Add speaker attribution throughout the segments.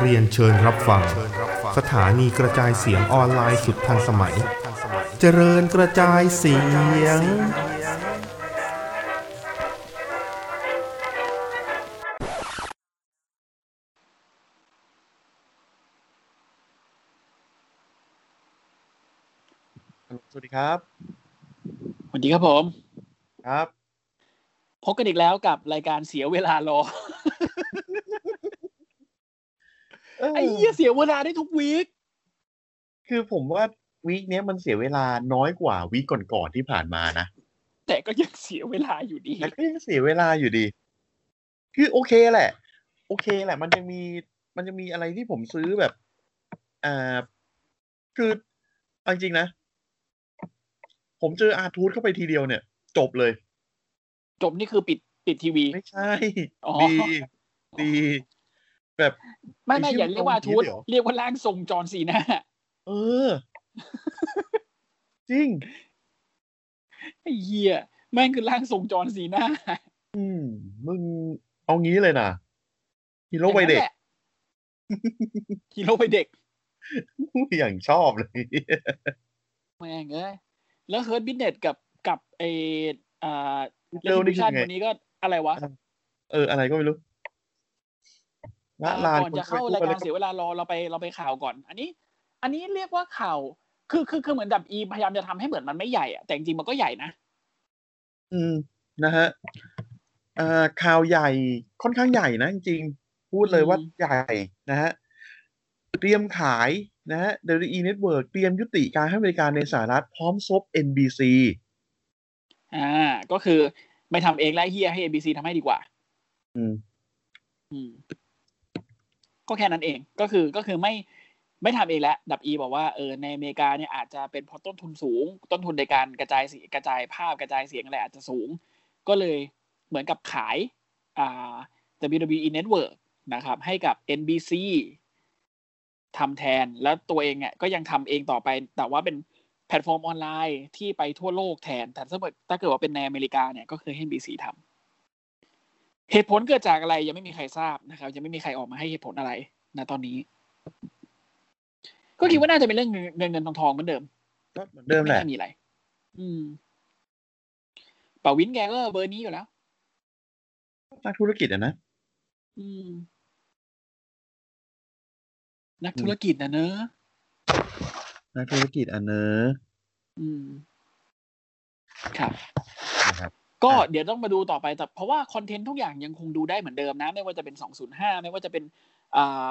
Speaker 1: เรียนเชิญรับฟัง สถานีกระจายเสียงออนไลน์สุดทันสมัย เจริญกระจายเสียง
Speaker 2: สวัสดีครับ
Speaker 3: สวัสดีครับผม
Speaker 2: ครับ
Speaker 3: พบกันอีกแล้วกับรายการเสียเว ลารอ ไอ้เหี้ยเสียเวลาได้ทุกวีค
Speaker 2: คือผมว่าวีคเนี้ยมันเสียเวลาน้อยกว่าวีคก่อนๆที่ผ่านมานะ
Speaker 3: แต่ก็ยังเสียเวลาอยู่ ดี
Speaker 2: แต่ก็ยังเสียเวลาอยู่ดี คือโอเคแหละ โอเคแหละ มันจะมีมันจะมีอะไรที่ผมซื้อแบบอ่าคือเอาจริงๆนะ ผมเจออาร์ทูธเข้าไปทีเดียวเนี่ย จบเลย
Speaker 3: จบนี่คือปิดปิดทีวี
Speaker 2: ไม่ใช่
Speaker 3: อ๋อ
Speaker 2: ดี ดี แบบ
Speaker 3: ไม่ไม่
Speaker 2: มีชื่อ
Speaker 3: อย่าเรียกว่า
Speaker 2: ตรงนี้
Speaker 3: ทูต
Speaker 2: เลยเหรอ
Speaker 3: เรียกว่าร่างทรงจอนซีนา
Speaker 2: เออ จริง
Speaker 3: ไอ้เหี้ยแม่งคือร่างทรงจอนซี นา
Speaker 2: อืมมึงเอางี้เลยนะฮีโร่วัยเด็ ก
Speaker 3: ฮีโร่ไปเด็ก
Speaker 2: อย่างชอบเลย
Speaker 3: แม่งเอ้ยแล้วเฮิร์ตบิ n เนตกับกับไออ่า
Speaker 2: เร็วนี่
Speaker 3: ชา
Speaker 2: คือไง
Speaker 3: วันนี้ก็อะไรวะ
Speaker 2: เออ อะไรก็ไม่รู้ละลาน
Speaker 3: ก่อนจะเข้ารายการ
Speaker 2: ค
Speaker 3: เสียเวลารอเราไปเราไปข่าวก่อน อันนี้ อันนี้เรียกว่าข่าว คือคือคือเหมือนดับอีพยายามจะทำให้เหมือนมันไม่ใหญ่อะแต่จริงๆมันก็ใหญ่นะ
Speaker 2: อืมนะฮะอ่าข่าวใหญ่ค่อนข้างใหญ่นะจริงๆพูดเลยว่า
Speaker 3: อืม
Speaker 2: ใหญ่นะฮะ เตรียมขายนะฮะ WWE Network เตรียมยุติการให้บริการในสหรัฐพร้อมซบ NBC
Speaker 3: อ่า ก็คือไม่ทำเองแล้วไอ้เฮียให้ ABC ทำให้ดีกว่า
Speaker 2: อืม
Speaker 3: อืม ก็แค่นั้นเอง ก็คือก็คือไม่ไม่ทำเองแล้ว ดับอีบอกว่าเออในอเมริกาเนี่ยอาจจะเป็นเพราะต้นทุนสูง ต้นทุนในการกระจายเสียกระจายภาพกระจายเสียงอะไรอาจจะสูง ก็เลยเหมือนกับขายอ่า WWE Network นะครับ ให้กับ NBC ทำแทนแล้วตัวเองเนี่ยก็ยังทำเองต่อไป แต่ว่าเป็นแพลตฟอร์มออนไลน์ที่ไปทั่วโลกแทนแต่ถ้าเกิดถ้าเกิดว่าเป็นในอเมริกาเนี่ยก็คือให้ NBC ทำ เหตุผลเกิดจากอะไรยังไม่มีใครทราบนะครับ ยังไม่มีใครออกมาให้เหตุผลอะไรนะตอนนี้ ก็คิดว่าน่าจะเป็นเรื่องเงินเงินเงินทองทองเหมือนเดิม
Speaker 2: ก็เหมือนเดิม
Speaker 3: ไม่
Speaker 2: แหละ
Speaker 3: น่ามีอะไร อืมปาวินแกก็เบอร์นี้อยู่แล้ว
Speaker 2: นักธุรกิจอะนะ
Speaker 3: อืม นักธุรกิจนะเนอะ
Speaker 2: นักธุรกิจอันเนอะ
Speaker 3: อืม ครับ
Speaker 2: นะครับ
Speaker 3: ก็
Speaker 2: อ่ะ
Speaker 3: เดี๋ยวต้องมาดูต่อไปแต่เพราะว่าคอนเทนต์ทุกอย่างยังคงดูได้เหมือนเดิมนะ ไม่ว่าจะเป็น 205 ไม่ว่าจะเป็นอ่า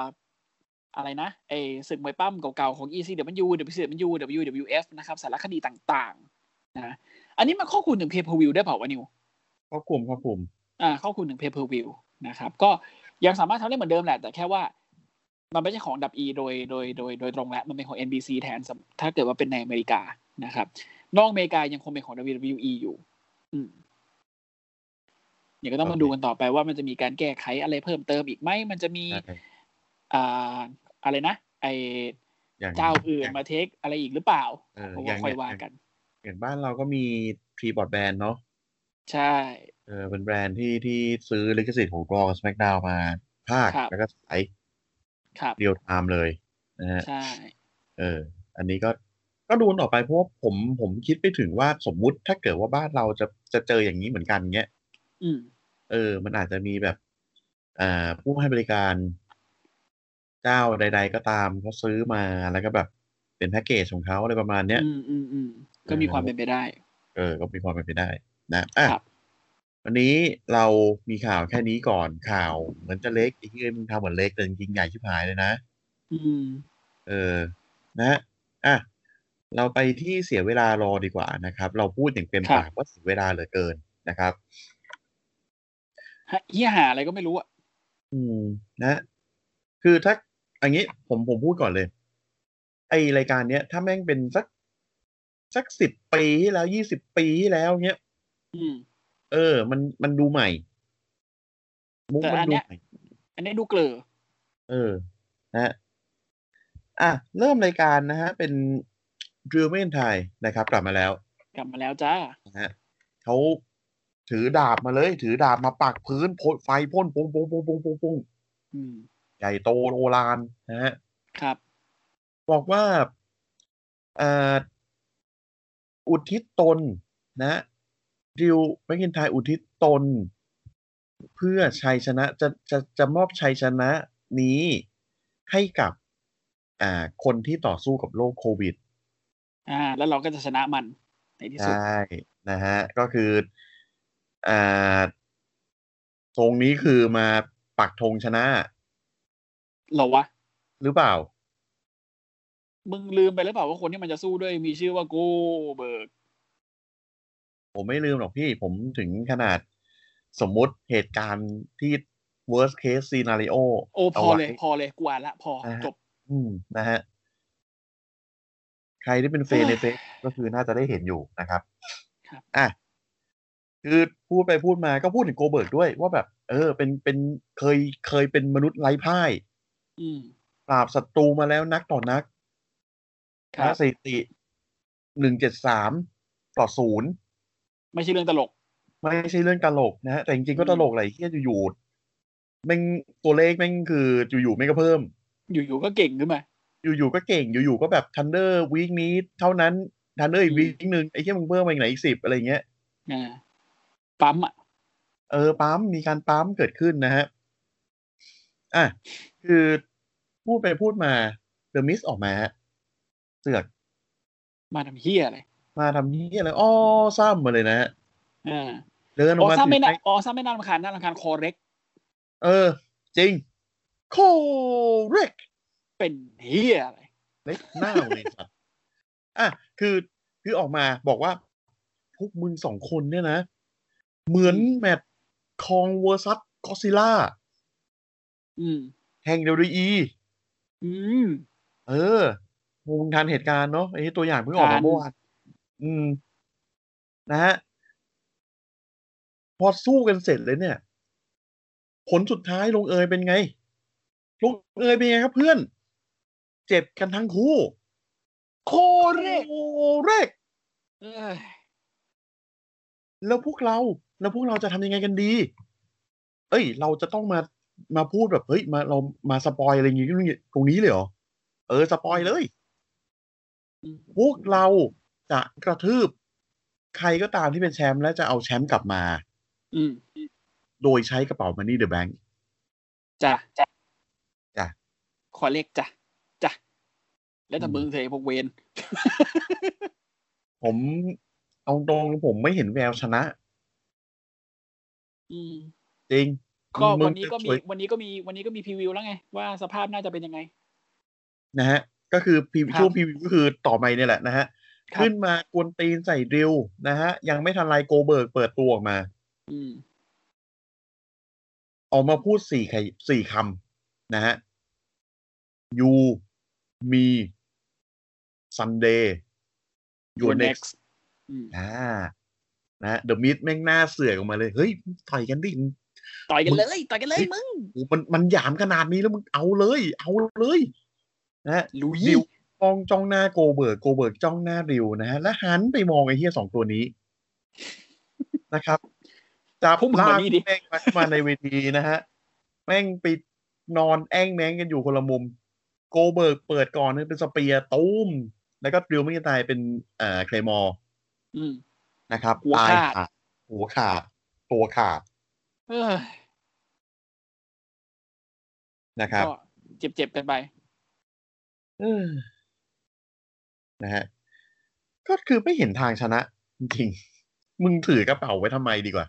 Speaker 3: อะไรนะไอศึกมวยปั้มเก่าๆของ ECW WCW WWF นะครับ สารคดีต่างๆนะอันนี้มันข้อคูณถึง Pay Per View ได้เปล่าวะนิว
Speaker 2: ครอบคลุมครอบคลุม
Speaker 3: อ่าข้อคูณถึง Pay Per View นะครับก็ยังสามารถทำได้เหมือนเดิมแหละ แต่แค่ว่า มันไม่ใช่ของดับ E โดยโดยโดยโดยตรงแล้วมันเป็นของ NBC แทนสำถ้าเกิดว่าเป็นในอเมริกานะครับ นอกอเมริกายังคงเป็นของ WWE อยู่ อืมเดี๋ยวก็ต้องมา
Speaker 2: โอเค
Speaker 3: ดูกันต่อไปว่ามันจะมีการแก้ไขอะไรเพิ่มเติมอีกไหม มันจะมี
Speaker 2: ใช่
Speaker 3: อ่าอะไรนะ ไอ
Speaker 2: อย่าง
Speaker 3: เจ้าอื่นมาเทคอะไรอีกหรือเปล่า
Speaker 2: เออ
Speaker 3: เพราะ
Speaker 2: ยั
Speaker 3: ว่าง ค่อย
Speaker 2: ยัง
Speaker 3: ว่ากัน
Speaker 2: อย่างบ้านเราก็มีทรีบอร์ดแบนเนาะ
Speaker 3: ใช่
Speaker 2: เออเป็นแบรนด์ที่ที่ซื้อลิขสิทธิ์ของรอกับสแมกดาวมา ภาค
Speaker 3: ครับ
Speaker 2: แล้วก็สาย
Speaker 3: ครับ
Speaker 2: เรียลไทม์เลยนะฮะ
Speaker 3: ใช่
Speaker 2: เออ อันนี้ก็ก็ดูต่อไปเพราะว่าผมผมคิดไปถึงว่าสมมุติถ้าเกิดว่าบ้านเราจะจะเจออย่างนี้เหมือนกันเงี้ย
Speaker 3: อืม
Speaker 2: เออ มันอาจจะมีแบบอ่าผู้ให้บริการเจ้าใด ๆ ก็ตามเขาซื้อมาแล้วก็แบบเป็นแพ็กเกจของเขาอะไรประมาณเนี้ย
Speaker 3: อืมอืมอืมก็มีความเป็นไปได้
Speaker 2: เออ ก็มีความเป็นไปได้นะอ่ะ
Speaker 3: ครับ
Speaker 2: วันนี้เรามีข่าวแค่นี้ก่อนข่าวเหมือนจะเล็กไอ้ที่มึงทำเหมือนเล็กแต่จริงๆใหญ่ชิบหายเลยนะ
Speaker 3: อืม
Speaker 2: เออ นะอ่ะเราไปที่เสียเวลารอดีกว่านะครับ เราพูดอย่างเต็ม
Speaker 3: ครับ
Speaker 2: ปากว่าเสียเวลาเหลือเกินนะครับ
Speaker 3: ฮะเฮียหาอะไรก็ไม่รู้อ่ะ
Speaker 2: อืมนะ คือถ้าอันนี้ผมผมพูดก่อนเลย ไอรายการเนี้ย ถ้าแม่งเป็นสักสักสิบปีที่แล้วยี่สิบปีที่แล้วเนี้ย
Speaker 3: อืม
Speaker 2: เออ มันมันดูใหม่ มุก
Speaker 3: แต่
Speaker 2: มัน
Speaker 3: อัน
Speaker 2: ดู
Speaker 3: เนี้ย
Speaker 2: ใหม่
Speaker 3: อันนี้ดูเกลอ
Speaker 2: เออ นะฮะอ่ะ เริ่มรายการนะฮะ เป็นดริวเมนไทยนะครับ กลับมาแล้ว
Speaker 3: กลับมาแล้วจ้า
Speaker 2: นะฮะเขา ถือดาบมาเลย ถือดาบมาปักพื้นพ่นไฟพ่นปุ้งปุ้งปุ้งปุ้งปุ้งปุ้ง
Speaker 3: อืม
Speaker 2: ใหญ่โตโอลานนะฮะ
Speaker 3: ครับ
Speaker 2: บอกว่าเอ่ออุทิศตนนะดิวแมคกินไทยอุทิศตน เพื่อชัยชนะจะจะจะมอบชัยชนะนี้ให้กับ อ่า คนที่ต่อสู้กับโรคโควิด
Speaker 3: อ่า แล้วเราก็จะชนะมันในที่สุด
Speaker 2: ใช่ นะฮะ ก็คืออ่าธงนี้คือมาปักธงชนะ
Speaker 3: เหรอวะ
Speaker 2: หรือเปล่า
Speaker 3: มึงลืมไปหรือเปล่าว่าคนที่มันจะสู้ด้วยมีชื่อว่าโกเบิร์ก
Speaker 2: ผมไม่ลืมหรอกพี่ ผมถึงขนาดสมมุติเหตุการณ์ที่ worst case scenario
Speaker 3: โอ้พอา
Speaker 2: ไว้
Speaker 3: เลย พอเลยกูอ่านละพอ
Speaker 2: อ่าฮะ
Speaker 3: จบ
Speaker 2: อืมนะฮะ ใครที่เป็นเฟน ในเฟซก็คือน่าจะได้เห็นอยู่นะครับ
Speaker 3: ครับ
Speaker 2: อ่ะคือพูดไปพูดมาก็พูดถึงโกเบิร์กด้วยว่าแบบ เออ เป็นเป็นเคยเคยเป็นมนุษย์ไร้พ่าย
Speaker 3: อืม
Speaker 2: ปราบศัตรูมาแล้วนักต่อนัก
Speaker 3: ครับ
Speaker 2: นะสถิติหนึ่งเจ็ดสามต่อศูนย์
Speaker 3: ไม่ใช่เรื่องตลก
Speaker 2: ไม่ใช่เรื่องตลกนะฮะแต่จริงๆก็
Speaker 3: อืม
Speaker 2: ตลกแหละไอ้เฮียอยู่ๆแม่งตัวเลขแม่งคืออยู่ๆไม่งก็เพิ่ม
Speaker 3: อยู่ๆก็เก่งขึ้นมา
Speaker 2: อยู่ๆก็เก่งอยู่ๆก็แบบทันเดอร์วีคนี้เท่านั้นทันเดอร์อีก
Speaker 3: อืม
Speaker 2: วีคนึงไอ้เฮียมึงเพิ่มมาอีกไหนอีกสิบอะไรเงี้ย
Speaker 3: อ่าปั๊มอ่ะ
Speaker 2: เออปั๊มมีการปั๊มเกิดขึ้นนะฮะอ่ะคือพูดไปพูดมาเดอะมิสออกมาฮะเสือก
Speaker 3: มาทำเฮียอะไร
Speaker 2: มาทำเฮียอะไรอ้อซ้ำมาเลยนะฮะ
Speaker 3: อ่า
Speaker 2: เดินอ
Speaker 3: อ
Speaker 2: อ
Speaker 3: อก
Speaker 2: มา
Speaker 3: ซ่า
Speaker 2: ถือ
Speaker 3: ไม่น่า
Speaker 2: ไม้
Speaker 3: ออซ่าไม่น่ารำคาญน่ารำคาญคอเร็ก
Speaker 2: เออ จริงโคเรก
Speaker 3: เป็นเฮียอะไร
Speaker 2: เล็กหน้าเลยสัตว์อ่ะ คือ คือออกมาบอกว่า พวกมึงสองคนเนี่ยนะ เหมือนแมตช์คองเวอร์ซัสกอซิล่า
Speaker 3: อืม
Speaker 2: แห่ง WWE
Speaker 3: อืม
Speaker 2: เออมึงทันเหตุการณ์เนาะไอ้ตัวอย่างเพิ่งออก
Speaker 3: ทั
Speaker 2: มาน เมื่อวานอืม นะฮะ พอสู้กันเสร็จเลยเนี่ย ผลสุดท้ายลงเอยเป็นไง ลงเอยเป็นไงครับเพื่อน เจ็บกันทั้งคู่
Speaker 3: โคเร็ก
Speaker 2: โอ้เรก
Speaker 3: เอ้ย
Speaker 2: แล้วพวกเรา แล้วพวกเราจะทำยังไงกันดี เอ้ย เราจะต้องมา มาพูดแบบ เฮ้ย มา เรา มาสปอยอะไรอย่างงี้ตรงนี้เลยเหรอ เออ สปอยเลย
Speaker 3: อืม
Speaker 2: พวกเราจะกระทืบ ใครก็ตามที่เป็นแชมป์และจะเอาแชมป์กลับมา
Speaker 3: อืม
Speaker 2: โดยใช้กระเป๋ามันนี่เดอะแบงค์
Speaker 3: จ้ะจ้ะ
Speaker 2: จ้ะ
Speaker 3: คอเร็กจ้ะจ้ะแล้วแต่มึงเถอะไอ้พวกเวน
Speaker 2: ผมเอาตรงผมไม่เห็นแววชนะ
Speaker 3: อืม
Speaker 2: จริง
Speaker 3: ก็
Speaker 2: มึ
Speaker 3: วั
Speaker 2: ง
Speaker 3: นนี้ก็มี
Speaker 2: สวย
Speaker 3: วันนี้ก็มีวันนี้ก็มีพรีวิวแล้วไง ว่าสภาพน่าจะเป็นยังไง
Speaker 2: นะฮะ ก็คือ preview
Speaker 3: ครับ
Speaker 2: ช่วงพรีวิวก็คือต่อไปเนี่ยแหละนะฮะ
Speaker 3: ครับ
Speaker 2: ขึ้นมากวนตีนใส่ดริวนะฮะ ยังไม่ทันไรโกเบิร์กเปิดตัวออกมา
Speaker 3: อืม
Speaker 2: ออกมาพูดสี่คำสี่คำนะฮะ you me someday your
Speaker 3: Your
Speaker 2: next
Speaker 3: อืม
Speaker 2: อ่านะฮะ the mid แม่งหน้าเสือกออกมาเลย เฮ้ยต่อยกันดิ
Speaker 3: ต่อยกันเลย ต่อยกันเลยมึง
Speaker 2: โอ้มันมันหยามขนาดนี้แล้วมึงเอาเลย เอาเลยนะฮะ
Speaker 3: ลุย
Speaker 2: ดิว มองจ้องหน้าโกเบิร์กโกเบิร์กจ้องหน้าริวนะฮะ แล้วหันไปมองไอ้เฮียสองตัวนี้ นะครับจับ
Speaker 3: พวกมึ
Speaker 2: ลาม
Speaker 3: งาก นี่ดิ
Speaker 2: แม่งมามาในเวทีนะฮะ แม่งไปนอนแอ้งแม้งกันอยู่คนละมุม โกเบิร์กเปิดก่อนนึงเป็นสเปียร์ตุ้ม แล้วก็ริวไม่ได้ตายเป็นเอ่อเคลมอร์
Speaker 3: อืม
Speaker 2: นะครับ
Speaker 3: หัว
Speaker 2: ตาย
Speaker 3: ขาด
Speaker 2: ขาดหัวขาดตัวขาด
Speaker 3: เอ้ย
Speaker 2: นะครับ
Speaker 3: ก็เจ็บเจ็บๆกันไป
Speaker 2: เออนะฮะ ก็คือไม่เห็นทางชนะ จริงๆมึงถือกระเป๋าไว้ทำไมดีกว่า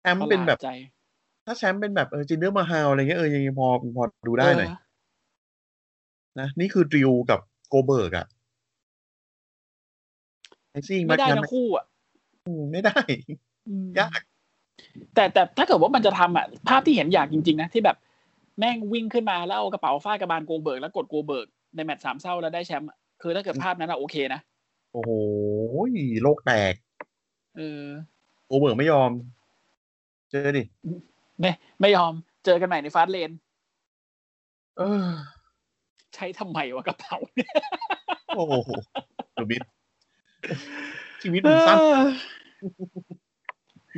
Speaker 2: แชมป์เป็นแบบ
Speaker 3: ประหลาดใจ
Speaker 2: ถ้าแชมป์เป็นแบบเออจินเดอร์มาฮาวอะไรเงี้ยเออยังพอพอดูได้หน่อย
Speaker 3: เออ
Speaker 2: นะ นี่คือดริวกับโกเบิร์กอะไอซิ่ง
Speaker 3: ไม่ได้ทั้งคู่อ่ะ
Speaker 2: ไม่ได้
Speaker 3: อืม
Speaker 2: ยาก
Speaker 3: แต่แต่ถ้าเกิดว่ามันจะทำอ่ะ ภาพที่เห็นอยากจริง ๆ นะ ที่แบบแม่งวิ่งขึ้นมาแล้วเอากระเป๋าฟาดกระบาลโกเบิร์กแล้วกดโกเบิร์กในแมตช์สามเศร้าแล้วได้แชมป์อะคือถ้าเกิดภาพนั้นอะโอเคนะ
Speaker 2: โอ้โหโลกแตก
Speaker 3: เออ
Speaker 2: โกเบิร์กไม่ยอม เจอดิ
Speaker 3: ไม่ไม่ยอมเจอกันใหม่ในฟาสต์เลน
Speaker 2: เออ
Speaker 3: ใช้ทำไมวะกระเป๋า
Speaker 2: โอ้โหดูบิด ชีวิตผม สั้น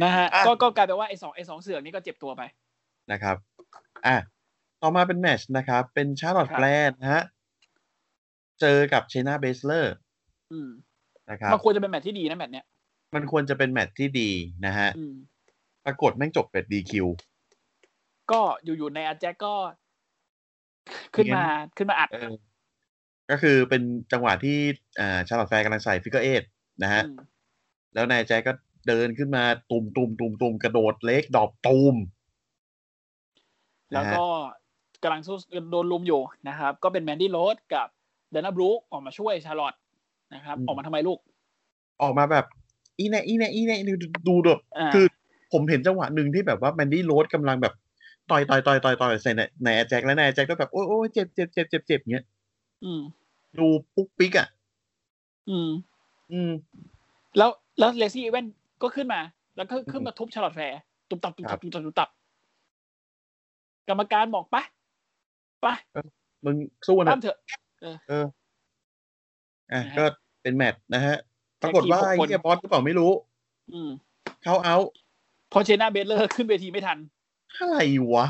Speaker 3: นะฮะ
Speaker 2: อ่ะ
Speaker 3: ก็ก็กลายเป็นว่าไอ้สองไอ้สองเสือกนี่ก็เจ็บตัวไป
Speaker 2: นะครับ อ่ะ ต่อมาเป็นแมตชนะครับ เป็นชาร์ลอต
Speaker 3: ครับ
Speaker 2: แกลนนะฮะ เจอกับเชนาเบสเลอร์
Speaker 3: อืม
Speaker 2: นะครับ
Speaker 3: มันควรจะเป็นแมตช์ที่ดีนะแมตช์เนี้ย
Speaker 2: มันควรจะเป็นแมตชที่ดีนะฮะ
Speaker 3: อืม
Speaker 2: ปรากฏแม่งจบเป็นดีคิว
Speaker 3: ก็อยู่ๆในอาแจ็คก็ขึ้นมาขึ้นมาอัด
Speaker 2: เออ ก็คือเป็นจังหวะที่อ่าชาร์ลอตแฟร์กำลังใส่ฟิกเกอร์เอทนะฮะ
Speaker 3: อืม
Speaker 2: แล้วนายแจ็คก็เดินขึ้นมาตุ่มตุ่มตุ่มตุ่มกระโดดเล็กดอบตูม
Speaker 3: แล้วก็กำลังสู้โดนลุมอยู่นะครับ ก็เป็นแมนดี้โรสกับเดนนาบรูคออกมาช่วยชาร์ลอตนะครับ
Speaker 2: อืม
Speaker 3: ออกมาทำไมลูก
Speaker 2: ออกมาแบบ อีแน่อีแน่อีแน่ดูดูแบบ
Speaker 3: อ่า
Speaker 2: คือผมเห็นจังหวะหนึ่งที่แบบว่าแมนดี้โรสกำลังแบบต่อยต่อยต่อยต่อยต่อยใส่ในในแอร์แจ็คแล้วในแอร์แจ็คก็แบบ โอ้ยโอ้ยเจ็บเจ็บเจ็บเจ็บเจ็บเงี้ย
Speaker 3: อืม
Speaker 2: ดูปุ๊กปิ๊กอ่ะ
Speaker 3: อืม
Speaker 2: อืม
Speaker 3: แล้วแล้วเลซี่เว่นก็ขึ้นมา แล้วก็ขึ้นมาทุบชาร์ลอตแฟร์ตุบตับตุบ
Speaker 2: ครั
Speaker 3: ตั
Speaker 2: บ
Speaker 3: บตุบตับตุบตับ กรรมการบอกไปะปะ
Speaker 2: มึงสู้กั
Speaker 3: ตาน ม
Speaker 2: เถอะ
Speaker 3: เถอะ
Speaker 2: เออ อ่ะ
Speaker 3: นะฮะ
Speaker 2: ก็เป็นแมตช์นะฮะ ปรากฏว่า
Speaker 3: แมตช์ที่หกค
Speaker 2: ไอ้
Speaker 3: น
Speaker 2: เนี่ยบอสหรือเปล่าไม่รู้
Speaker 3: อืม
Speaker 2: เขาเอา
Speaker 3: พอเชน่าเบตเลอร์ขึ้นเวทีไม่ทัน
Speaker 2: อะไรวะ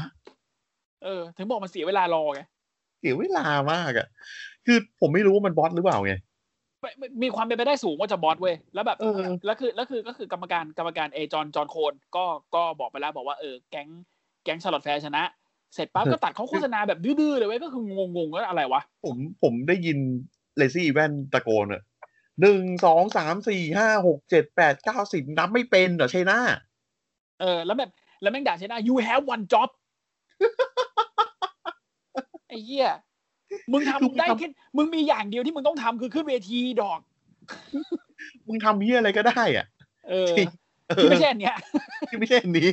Speaker 3: เออ ถึงบอกมันเสียเวลารอไง
Speaker 2: เสียเวลามากอ่ะ คือผมไม่รู้ว่ามันบอสหรือเปล่าไง
Speaker 3: ไม่ไม่มีความเป็นไปได้สูงว่าจะบอสเว้ยแล้วแบบ
Speaker 2: เออ
Speaker 3: แล้วคือแล้วคือก็คือกรรมการกรรมการเอจอนจอนโคนก็ก็บอกไปแล้วบอกว่าเออแก๊งแก๊งชาร์ลอตแฟร์ชนะ เสร็จ ปั๊บก็ตัดเขาโฆษณาแบบดื้อๆเลยเว้ยก็คืองงๆว่าอะไรวะ
Speaker 2: ผมผมได้ยินเลซี่แว่นตะโกนอะหนึ่งสองสามสี่ห้าหกเจ็ดแปดเก้าสิบนับไม่เป็นเหรอใช่หน้า
Speaker 3: เออแล้วแบบแล้วแม่งด่าเชน่า you have one job ไอ้เหี้ยมึง
Speaker 2: คือมึง
Speaker 3: ทำได้
Speaker 2: ทำ
Speaker 3: แค่มึงมีอย่างเดียวที่มึงต้องทำคือขึ้นเวทีดอก
Speaker 2: มึงทำเฮียอะไรก็ได้อ่ะ
Speaker 3: เออ
Speaker 2: จริง เออ
Speaker 3: ที่ไม่ใช่อันเนี้ย
Speaker 2: ที่ไม่ใช่อันนี้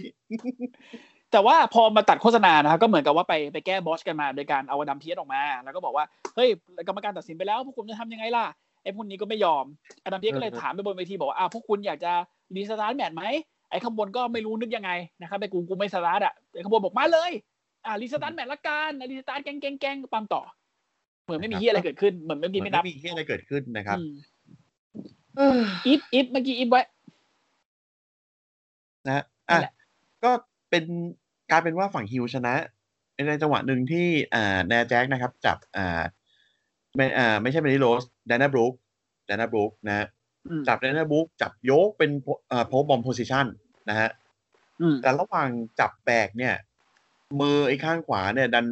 Speaker 3: แต่ว่าพอมาตัดโฆษณานะครับก็เหมือนกับว่าไปไปแก้บอสกันมาโดยการเอาอดัมเพียสออกมา แล้วก็บอกว่า เฮ้ยกรรมการตัดสินไปแล้วพวกคุณจะทำยังไงล่ะไอ้พวกนี้ก็ไม่ยอมอดัมเพียสก็เลย
Speaker 2: เออ
Speaker 3: ถามไปบนเวทีบอกว่าอ่ะพวกคุณอยากจะรีสตาร์ทแมตช์ไหมไอ้ข้างบนก็ไม่รู้นึกยังไงนะครับไอ้กูกูไม่สตาร์ทอ่ะไอ้ข้างบนบอกมาเลยอ่ะรีสตาร์ทแมตช์ละกันรีสตาร์ทแกงแกงแกงปั๊มต่อ เหมือนไม่มีเหียอะไรเกิดขึ้นเหมือนเมื่อกี้
Speaker 2: มั
Speaker 3: ไม่
Speaker 2: น
Speaker 3: นั
Speaker 2: ไม่
Speaker 3: บ
Speaker 2: มีเฮียอะไรเกิดขึ้นนะครับ
Speaker 3: อืม
Speaker 2: เออ
Speaker 3: อีฟอีฟเมื่อกี้อีฟไว้
Speaker 2: นะฮะ
Speaker 3: นั่
Speaker 2: อ่ะ
Speaker 3: นแหละ
Speaker 2: ก็เป็นกลายเป็นว่าฝั่งฮิวชนะ ในจังหวะหนึ่งที่อ่าแนแจ็คนะครับ จับอ่าไม่อ่าไม่ใช่เมนิโรสแดนน่าบรูคแดนน่าบรูคนะฮะ
Speaker 3: อืม
Speaker 2: จับแดนน่าบรูคจับโยกเป็นอ่าโพบอมโพซิชันนะฮะ
Speaker 3: อืม
Speaker 2: แต่ระหว่างจับแบกเนี่ย มือไอ้ข้างขวาเนี่ย ดัน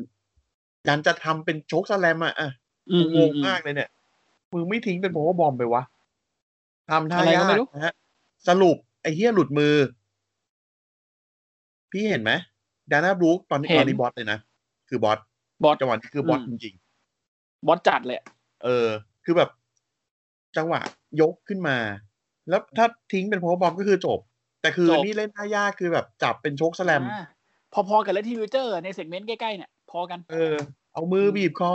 Speaker 2: ดันจะทำเป็นโชคสแลมอะอ่ะ
Speaker 3: อืม
Speaker 2: ง
Speaker 3: อืม
Speaker 2: ง
Speaker 3: อืม
Speaker 2: มากเลยเนี่ยมือไม่ทิ้งเป็นโพวบอมไปวะทำท่า
Speaker 3: อะไรก็
Speaker 2: ยา
Speaker 3: ไม่
Speaker 2: ก
Speaker 3: รู้
Speaker 2: นะฮะสรุปไอ้เฮียหลุดมือ พี่เห็นไหมดาน่าบรูคตอนนี้
Speaker 3: เห็น
Speaker 2: ตอนนี้บอสเลยนะ คือบอส
Speaker 3: บอส
Speaker 2: จังหวะนี้คือบอส
Speaker 3: อื
Speaker 2: จ
Speaker 3: ม
Speaker 2: ริง
Speaker 3: บอสจัดเลย
Speaker 2: ๆเออ คือแบบ จังหวะยกขึ้นมา แล้วถ้าทิ้งเป็นโพวบอมก็คือจบ แต่คือนี่เล่นท่ายากคือแบบจับเป็นโชคสแลม
Speaker 3: อ่าพอๆกับเลทีวิเจอร์ในเซกเมนต์ใกล้ๆเนี่ยพอกัน
Speaker 2: เออ เอามือบีบคอ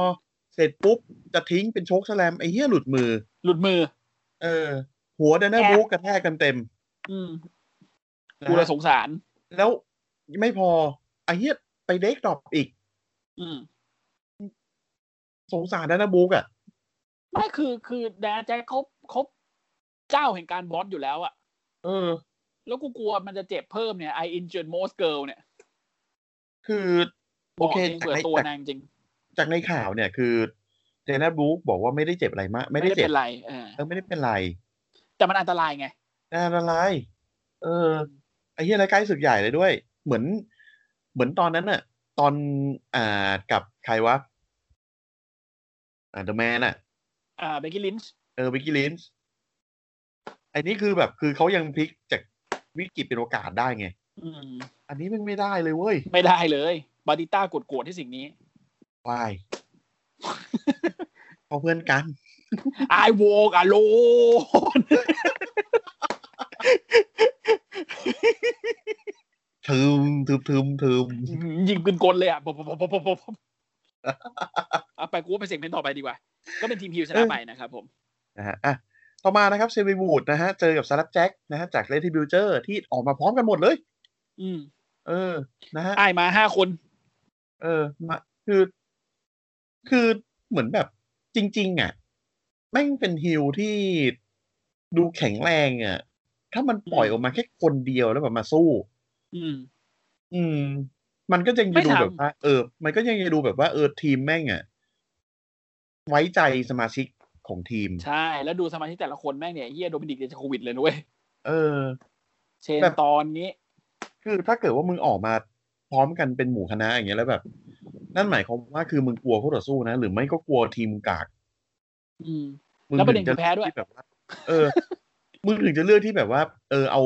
Speaker 2: เสร็จปุ๊บ จะทิ้งเป็นโชคสแลม ไอ้เหี้ยหลุดมือ
Speaker 3: หลุดมือ
Speaker 2: เออ หัวดันเนอร์
Speaker 3: แอบ
Speaker 2: บุ๊กกระแทกกันเต็ม
Speaker 3: อืม
Speaker 2: นะ
Speaker 3: กู
Speaker 2: ฮะ
Speaker 3: ละสงสาร
Speaker 2: แล้วไม่พอ ไอ้เหี้ยไปเด็กดรอปอีก
Speaker 3: อืม
Speaker 2: สงสารดันเนอร์บุ๊กอ่ะ
Speaker 3: ไม่คือคือแดนแจ็คเขาเขาเจ้าแห่งการบอสอยู่แล้วอะ
Speaker 2: เออ
Speaker 3: แล้วกูกลัวมันจะเจ็บเพิ่มเนี่ย I injured most girl เนี่ย
Speaker 2: คือ
Speaker 3: โอ
Speaker 2: โอ
Speaker 3: เค
Speaker 2: เค
Speaker 3: เอง
Speaker 2: จาก
Speaker 3: เปิด
Speaker 2: ใน
Speaker 3: ตัว
Speaker 2: จาก
Speaker 3: นางจริง
Speaker 2: จากในข่าวเนี่ยคือเดนเนอร์บุ๊กบอกว่าไม่ได้เจ็บอะไรมาก ไม่ได้เจ็บ
Speaker 3: เป็นไรเออ
Speaker 2: เออไม่ได้เป็นไร
Speaker 3: แต่มันอันตรายไง
Speaker 2: น่าอะไรเออ ไอ้เหี้ยแล้วใกล้ศึกใหญ่เลยด้วย เหมือน เหมือนตอนนั้นน่ะ ตอนอ่ากับใครวะ อ่าเดอะแมนอ่ะ
Speaker 3: อ่าเบกกี้ลินช์
Speaker 2: เออวิกกี้ลินส์อันนี้คือแบบคือเขายังพลิกจากวิกฤตเป็นโอกาสได้ไง
Speaker 3: อืม
Speaker 2: อันนี้มันไม่ได้เลยเว้ย
Speaker 3: ไม่ได้เลย บาติต้ากดกวดที่สิ่งนี้
Speaker 2: วาย เขาเพื่อนกัน
Speaker 3: I walk alone
Speaker 2: ถึมถึมถึมถึม
Speaker 3: ยิงปืนกลเลยอ่ะปบปบปบปบปบเอาไปกูว่าไปเสียงเพลงต่อไปดีกว่า ก็เป็นทีมฮิวชนะไปนะครับผม
Speaker 2: นะฮะอ่ะต่อมานะครับเซวีวูดนะฮะ เจอกับสลับแจ็คนะฮะ จากเลทิบิวเจอร์ที่ออกมาพร้อมกันหมดเลย
Speaker 3: อืม
Speaker 2: เออ นะฮะ
Speaker 3: อ้ายมาห้าคน
Speaker 2: เออมาคือ คือเหมือนแบบจริง ๆ อ่ะ แม่งเป็นฮิลที่ ดูแข็งแรงอ่ะ ถ้ามันปล่อยออกมาแค่คนเดียวแล้วแบบมาสู้
Speaker 3: อืม
Speaker 2: อืม มันก็ยัง
Speaker 3: ไม่
Speaker 2: จะดู
Speaker 3: ทำ
Speaker 2: แบบว่าเออ มันก็ยังจะดูแบบว่าเออทีมแม่งอ่ะ ไว้ใจสมาชิกของทีม
Speaker 3: ใช่แล้วดูสมาชิกแต่ละคนแม่งเนี่ยเฮียโดมินิกเดชโควิดเลยนะเว้ย
Speaker 2: เออ
Speaker 3: เชน
Speaker 2: แบบ
Speaker 3: ตอนนี้
Speaker 2: คือถ้าเกิดว่ามึงออกมาพร้อมกันเป็นหมู่คณะอย่างเงี้ยแล้วแบบ นั่นหมายความว่าคือมึงกลัวคู่ต่อสู้นะ หรือไม่ก็กลัวทีมมึงกาก
Speaker 3: อืม
Speaker 2: มึง
Speaker 3: แล้วประเด็น
Speaker 2: ถึงจ
Speaker 3: คือแพ้ด้วย
Speaker 2: เลือกที่แบบาเออ มึงถึงจะเลือกที่แบบว่า เออ เอา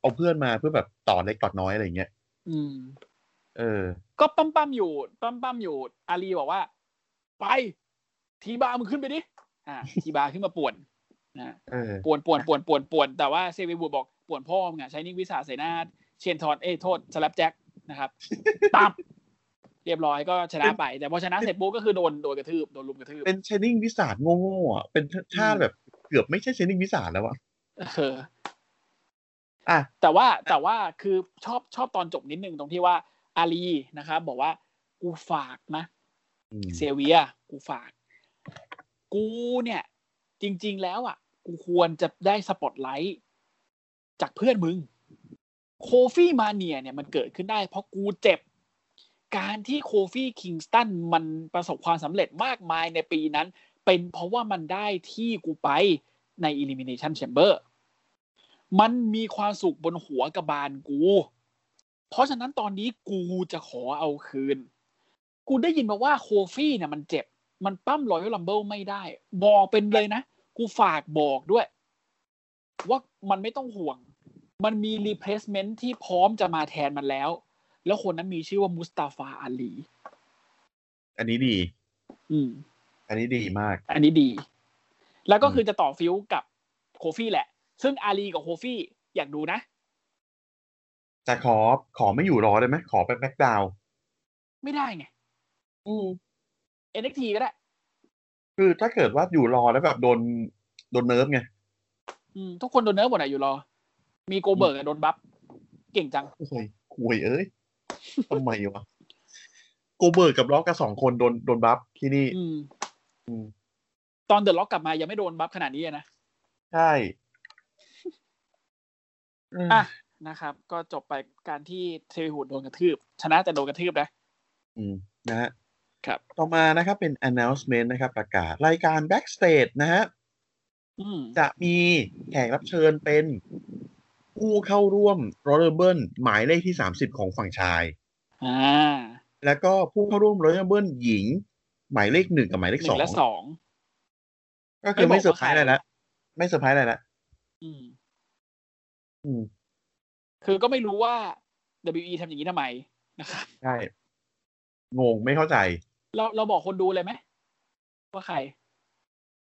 Speaker 2: เอาเพื่อนมาเพื่อแบบต่อเล็กต่อน้อยอะไรอย่างเงี้ย
Speaker 3: อืม
Speaker 2: เออ
Speaker 3: ก็ปั้มปั้มๆอยู่ปั้มปั้มๆอยู่ อาลีบอกว่า ไป ทีบามึงขึ้นไปดิ อ่า ทีบาขึ้นมาป่วนนะ
Speaker 2: เออ
Speaker 3: ป่วนป่วนป่วนป่วนป่วนแต่ว่าเซเวบูบอกป่วนพ่อมึงอ่ะใช้นิกวิสาเสนาเชนทอนเอ้ยโทษสลับแจ็คนะครับตับเรียบร้อยก็ชนะไป แต่พอชนะเสร็จปุ๊บก็คือโดนโดนกระทืบโดนลุมกระทืบ
Speaker 2: เป็นเชนนิ่งวิสาดโง่ๆอ่ะ เป็นท่า
Speaker 3: อืม
Speaker 2: แบบเกือบไม่ใช่เชนนิ่งวิสาดแล้วอ่ะ
Speaker 3: เออ
Speaker 2: อ่ะ
Speaker 3: แต่ว่าแต่ว่าคือชอบชอบตอนจบนิดนึงตรงที่ว่าอาลีนะครับบอกว่ากูฝากนะ
Speaker 2: อืม
Speaker 3: เซเวียกูฝาก กูเนี่ย จริง ๆ แล้วอ่ะ กูควรจะได้สปอตไลท์จากเพื่อนมึง โคฟี่มาเนียเนี่ยมันเกิดขึ้นได้เพราะกูเจ็บ การที่โคฟี่คิงสตันมันประสบความสำเร็จมากมายในปีนั้น เป็นเพราะว่ามันได้ที่กูไปใน Elimination Chamber มันมีความสุขบนหัวกระบาลกู เพราะฉะนั้นตอนนี้กูจะขอเอาคืน กูได้ยินมาว่าโคฟี่เนี่ยมันเจ็บ มันปั้มรอยลัมเบิลไม่ได้ บอกเป็นเลยนะ กูฝากบอกด้วย ว่ามันไม่ต้องห่วง มันมี replacement ที่พร้อมจะมาแทนมันแล้ว แล้วคนนั้นมีชื่อว่ามุสตาฟาอาลี
Speaker 2: อันนี้ดี
Speaker 3: อืม
Speaker 2: อันนี้ดีมาก
Speaker 3: อันนี้ดี แล้วก็คือจะต่อฟิวกับโคฟี่แหละ ซึ่งอาลีกับโคฟี่อยากดูนะ
Speaker 2: แต่ขอขอไม่อยู่รอได้ไหม ขอไปแบ็กดาวน์
Speaker 3: ไม่ได้ไง
Speaker 2: อืม
Speaker 3: NXT ก็ได้
Speaker 2: คือถ้าเกิดว่าอยู่รอแล้วแบบโดนโดนเนิร์ฟไง
Speaker 3: อืม ทุกคนโดนเนิร์ฟหมดอะอยู่รอ มีโกเบิร์กอะโดนบัฟ เก่งจัง
Speaker 2: โอ้ยคุยเอ้ย ทำไมวะโกเบิร์กกับล็อกกับสองคนโดนโดนบัฟที่นี่
Speaker 3: อืม
Speaker 2: อืม
Speaker 3: ตอนเดอะล็อกกลับมายังไม่โดนบัฟขนาดนี้อะนะ
Speaker 2: ใช่
Speaker 3: อ่ะ นะครับ ก็จบไปการที่เทวีหูดโดนกระทืบ ชนะแต่โดนกระทืบนะ
Speaker 2: อืมนะฮะ
Speaker 3: ครับ
Speaker 2: ต่อมานะครับเป็น announcement นะครับ ประกาศ รายการ backstage นะฮะ
Speaker 3: อืม
Speaker 2: จะมีแขกรับเชิญเป็นผู้เข้าร่วม r o y a l b u r n หมายเลขที่ 30 ของฝั่งชาย
Speaker 3: อ่า
Speaker 2: แล้วก็ผู้เข้าร่วม r o y a l b u r n หญิง หมายเลขหนึ่งกับหมายเลข
Speaker 3: ห
Speaker 2: ส
Speaker 3: นึ่
Speaker 2: อง ง
Speaker 3: และสอง
Speaker 2: ก็คือไม่เซอร์ไพรส์อะไร
Speaker 3: ไม่บอกว่าใคร
Speaker 2: ละไม่เซอร์ไพรส์อะไรละ
Speaker 3: อืม
Speaker 2: อืม
Speaker 3: คือก็ไม่รู้ว่า WE ทำอย่างนี้ทำไมนะครับ
Speaker 2: ใช่งงไม่เข้าใจ
Speaker 3: เราเราบอกคนดูเลยไหมว่าใคร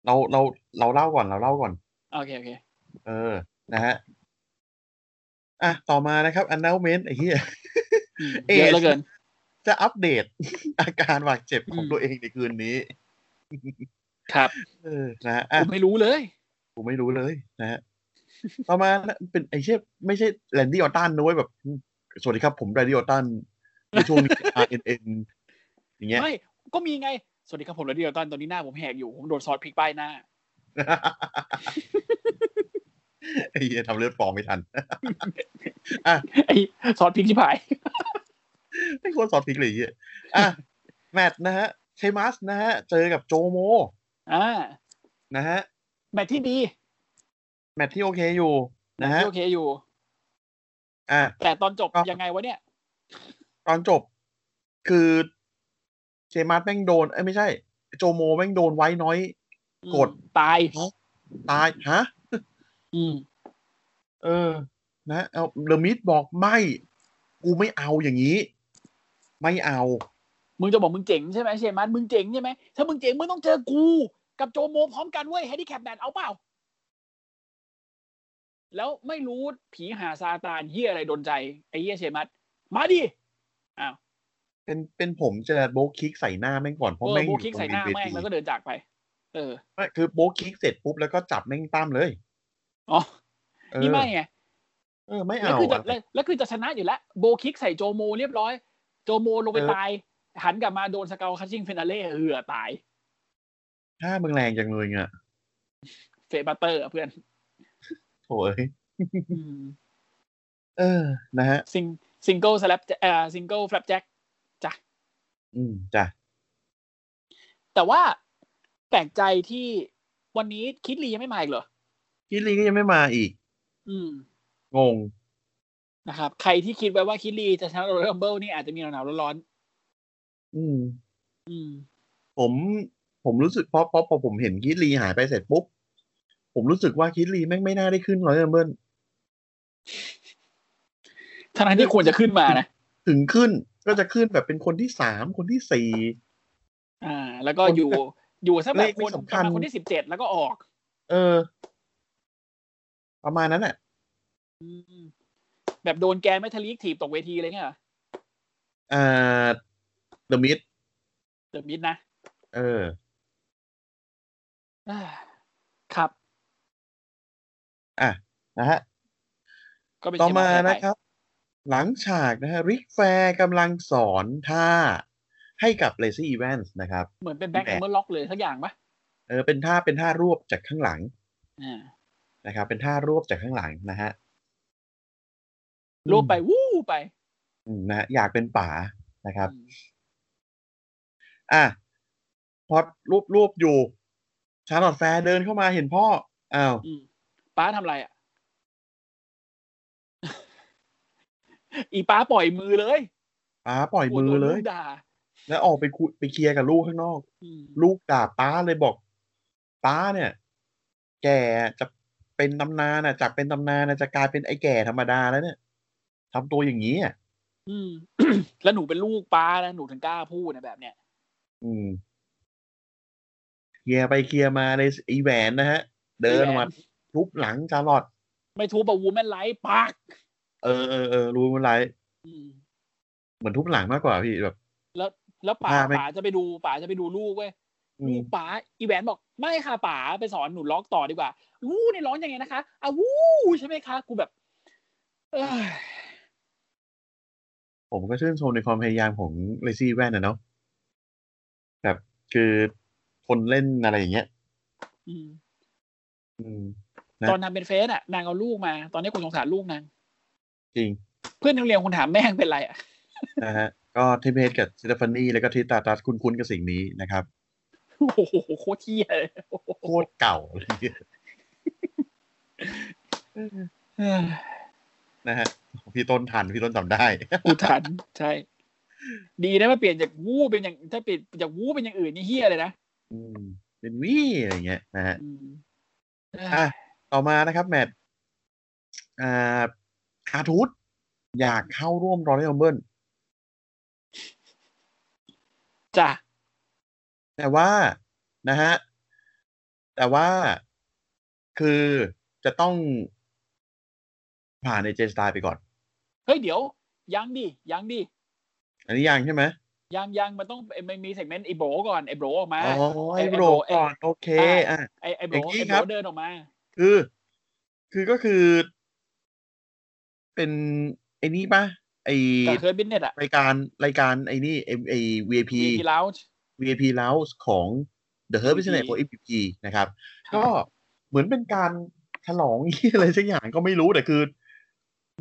Speaker 2: เราเราเราเล่าก่อนเราเล่าก่อน
Speaker 3: โอเค โอเค
Speaker 2: เออ นะฮะ อ่ะ ต่อมานะครับ announcement ไอ้เหี้ย
Speaker 3: อืม
Speaker 2: เอ
Speaker 3: เย
Speaker 2: ช
Speaker 3: อะเหลือเกิน
Speaker 2: จะอัปเดต อาการบาดเจ็บของ
Speaker 3: อืม
Speaker 2: ตัวเองในคืนนี้
Speaker 3: ครับ
Speaker 2: เออ นะฮะ
Speaker 3: ผ
Speaker 2: อ่ะ
Speaker 3: มไม่รู้เลย
Speaker 2: ผมไม่รู้เลยนะฮะ ต่อมานะเป็นไอ้เชี่ยไม่ใช่แลนดี้ออตตันนะเว้ยแบบ สวัสดีครับผมแลนดี้ออตตันในช่วงนี้ RNN อย่างเงี้ย
Speaker 3: ไม่ ก็มีไง สวัสดีครับผมระดียวตอนตอนนี้หน้าผมแหกอยู่ ผมโดนซอสพริกป้ายหน้า
Speaker 2: ไอ้เหี้ยทำเลือดฟองไม่ทัน อ่ะ
Speaker 3: ไอ้ซอสพริกที่ผาย
Speaker 2: ไม่ควรสอนพิกเลยไอ้เหี้ยอ่ะ แมตช์นะฮะเชมัสนะฮะ เจอกับโจโม
Speaker 3: อ่า
Speaker 2: นะฮะ
Speaker 3: แมทที่ดี
Speaker 2: แมตช์ที่โอเคอยู่นะฮะ
Speaker 3: ที่โอเคอยู่
Speaker 2: อ่ะ
Speaker 3: แต่ตอนจบ
Speaker 2: ครับ
Speaker 3: ยังไงวะเนี่ย
Speaker 2: ตอนจบคือเจมาร์ตแม่งโดน เอ้ยไม่ใช่ โจโมแม่งโดนไว้น้อย
Speaker 3: อืม
Speaker 2: กด
Speaker 3: ตาย
Speaker 2: ตาย ฮะ
Speaker 3: อืม
Speaker 2: เออ นะเอาเดอะมิดบอกไม่ กูไม่เอาอย่างนี้ ไม่เอา
Speaker 3: มึงจะบอกมึงเจ๋งใช่ไหมเชมันมึงเจ๋งใช่ไหมถ้ามึงเจ๋งมึงต้องเจอกูกับโจโมพร้อมกันเว้ยแฮนดี้แคปแมนเอาเปล่า แล้วไม่รู้ผีหาซาตานเฮียอะไรโดนใจ ไอ้เฮียเชมัสมาดิอ้าว
Speaker 2: เป็นเป็นผมจะโบกคิกใส่หน้าแม่งก่อนเพ
Speaker 3: เอ
Speaker 2: ราะ
Speaker 3: อ
Speaker 2: แม่งอ
Speaker 3: โบ
Speaker 2: ยู่
Speaker 3: คิก
Speaker 2: ตร
Speaker 3: ใส่หน้า
Speaker 2: เว
Speaker 3: แม่ง
Speaker 2: ที
Speaker 3: แล้วก็เดินจากไป เออ
Speaker 2: ไม่คือโบกคิกเสร็จปุ๊บแล้วก็จับแม่งตั้มเลย
Speaker 3: อ๋อ
Speaker 2: เออ
Speaker 3: นี่ไม่ไง
Speaker 2: เออไม่
Speaker 3: แล้ว
Speaker 2: เอา
Speaker 3: คือจะ
Speaker 2: อะ
Speaker 3: แล้วแล้วคือจะชนะอยู่แล้วโบคิกใส่โจโมเรียบร้อย โจโมลงไปตาย หันกลับมาโดนสเกลคัชชิ่งเฟนาเล่เหือตาย
Speaker 2: ถ้ามึงแรงจังเลยเนี่ย
Speaker 3: เฟบัตเตอร์อะเพื่อน
Speaker 2: ถ่เอ้ย
Speaker 3: อืม
Speaker 2: เออ นะฮะ
Speaker 3: ซิงซิงเกิลสแลปเอ่อซิงเกิลแฟลปแจ็คจ้ะ
Speaker 2: อืมจ้ะ
Speaker 3: แต่ว่าแปลกใจที่วันนี้คิดลียังไม่มาอีกเหรอ
Speaker 2: คิดลีก็ยังไม่มาอีก
Speaker 3: อืม
Speaker 2: งง
Speaker 3: นะครับ ใครที่คิดไว้ว่าคิดลีจะชนะโรยัลเบิลนี่อาจจะมีหนาวๆร้อน
Speaker 2: อืม
Speaker 3: ๆอืม
Speaker 2: ผมผมรู้สึกเพราะเพราะพอผมเห็นคิดลีหายไปเสร็จปุ๊บ ผมรู้สึกว่าคิดลีแม่งไม่น่าได้ขึ้นร้อยเบิ้ล
Speaker 3: ทั้งนั้นที่ควรจะขึ้นมานะ
Speaker 2: ถึงขึ้นก็จะขึ้นแบบเป็นคนที่สามคนที่สี่
Speaker 3: อ่า แล้วก็อยู่อยู่สักแบบ
Speaker 2: เลขไม่
Speaker 3: คน
Speaker 2: สำ
Speaker 3: ป
Speaker 2: คั
Speaker 3: ระ
Speaker 2: ญ
Speaker 3: มาณคนที่สิบเจ็ดแล้วก็ออก
Speaker 2: เออ ประมาณนั้นแหละ
Speaker 3: อืม แบบโดนแกนไม่ทะลีกถีบตกเวทีเลยเนี่ย
Speaker 2: อ่าเดอะมิด
Speaker 3: เดอะมิดนะ
Speaker 2: เออ
Speaker 3: อ่าครับ
Speaker 2: นะฮะ
Speaker 3: ก็เป็น
Speaker 2: ต่อ
Speaker 3: เก
Speaker 2: มา
Speaker 3: ต่ไป
Speaker 2: นะครับ หลังฉากนะฮะริกแฟร์กำลังสอนท่าให้กับเลซี่อีแวนส์นะครับ
Speaker 3: เหมือนเป็นแบ็คแอมเบอร์ล็อกเลยสักอย่างปะ
Speaker 2: เออเป็นท่าเป็นท่ารวบจากข้างหลัง
Speaker 3: อ่า
Speaker 2: นะครับ เป็นท่ารวบจากข้างหลังนะฮะ
Speaker 3: รูปไปวู้ไป
Speaker 2: อืมนะฮะอยากเป็นป๋านะครับ
Speaker 3: อืม
Speaker 2: อ่ะพอรูปรูปอยู่ ชาร์ลอตแฟร์เดินเข้ามาเห็นพ่ออ้าว
Speaker 3: อืมป้าทำอะไรอ่ะ อีป้าปล่อยมือเลย
Speaker 2: ป้าปล่อย
Speaker 3: กลัว
Speaker 2: มื
Speaker 3: โด
Speaker 2: อน เล
Speaker 3: ลู
Speaker 2: ย
Speaker 3: กด่า
Speaker 2: แล้วออกไปคุยไปเคลียร์กับลูกข้างนอก
Speaker 3: อืม
Speaker 2: ลูกด่าป้าเลยบอกป้าเนี่ย แก่จะเป็นตำนานอะจากเป็นตำนานอะจะกลายเป็นไอ้แก่ธรรมดาแล้วเนี่ยทำตัวอย่างนี้อ่ะ
Speaker 3: อืม แล้วหนูเป็นลูกป้านะหนูถึงกล้าพูดนะแบบเนี้ย
Speaker 2: อืมเคลียร์ไปเคลียร์มาเลยไอ้แหวนนะฮะ เดินออกมาทุบหลังชาร์ลอต
Speaker 3: ไม่ทูบอะวูแมนไลท์ปัก
Speaker 2: เออเออเออรู้อะไร
Speaker 3: อืม
Speaker 2: เหมือนทุบหลังมากกว่าพี่แบบ
Speaker 3: แล้วแล้วป๋า
Speaker 2: พาไป
Speaker 3: ป๋าจะไปดูป๋าจะไปดูลูกเว้ย
Speaker 2: อื
Speaker 3: ลู
Speaker 2: ม
Speaker 3: กป๋าอีแหวนบอกไม่ค่ะป๋าไปสอนหนูร้องต่อดีกว่าวู้เนี่ยร้องยังไงนะคะอาวู้ใช่ไหมคะกูแบบ เอ้ย
Speaker 2: ผมก็ชื่นชมในความพยายามของเลซี่แว่นนะเนาะแบบคือคนเล่นอะไรอย่างเงี้ย
Speaker 3: อืม
Speaker 2: อืม นะ
Speaker 3: ตอนนางเป็นเฟสอ่ะนางเอาลูกมา ตอนนี้คุณสงสารลูกนาง
Speaker 2: จริง
Speaker 3: เพื่อนนักเรียนคุณถามแม่งเป็นไรอ่ะ
Speaker 2: นะฮะ ก็ทิเมตกับซิตาฟานีแล้วก็ทิตาตัสคุ้นๆกับสิ่งนี้นะครับ
Speaker 3: โอ้โหโคตรเที่ยเลย
Speaker 2: โคตรเก่าเลย
Speaker 3: เอ้ย
Speaker 2: นะฮะ พี่ต้นทัน พี่ต้นจำได้
Speaker 3: กูทัน ใช่ ดีนะมาเปลี่ยนจากวู้เป็นอย่างถ้าเปลี่ยนจากวู้เป็นอย่างอื่นนี่เฮียเลยนะ
Speaker 2: อืม เป็นวี่อะไรอย่างเงี้ยนะฮะ
Speaker 3: อืมเอ้ย
Speaker 2: อ่ะ ต่อมานะครับ แมตช์อ่าคาทูตอยากเข้าร่วมรอยัลเบิร์น
Speaker 3: จ้ะ
Speaker 2: แต่ว่านะฮะ แต่ว่าคือจะต้องผ่านในเจสตาไปก่อน
Speaker 3: เฮ้ยเดี๋ยว ยังดิยังดิ
Speaker 2: อันนี้ยังใช่ไหม
Speaker 3: ยังยังมันต้องเอ่อมันมีเซกเมนต์ไอ้โบก่อนไอ้โบออกมา
Speaker 2: อ๋อไอ้
Speaker 3: ไอ้
Speaker 2: โบร
Speaker 3: โบไอ้
Speaker 2: ก่อน โอเค อ่ะ
Speaker 3: ไอ้ไอ้โบ
Speaker 2: อย่าง
Speaker 3: ไอ้
Speaker 2: นี้
Speaker 3: โบ
Speaker 2: ครับ
Speaker 3: เดินออกมา
Speaker 2: คือ คือก็คือ เป็นไอ้นี่ปะไอ
Speaker 3: แต่เคยบินเน็ตอะ
Speaker 2: รายการรายการไอ้นี่ไอ้ไอ้ VIP
Speaker 3: มีพีลาว
Speaker 2: VIP Lounge ของ The Herb Business ของ EPP นะครับ ก็เหมือนเป็นการฉลอง อะไรสักอย่างก็ไม่รู้แต่คือ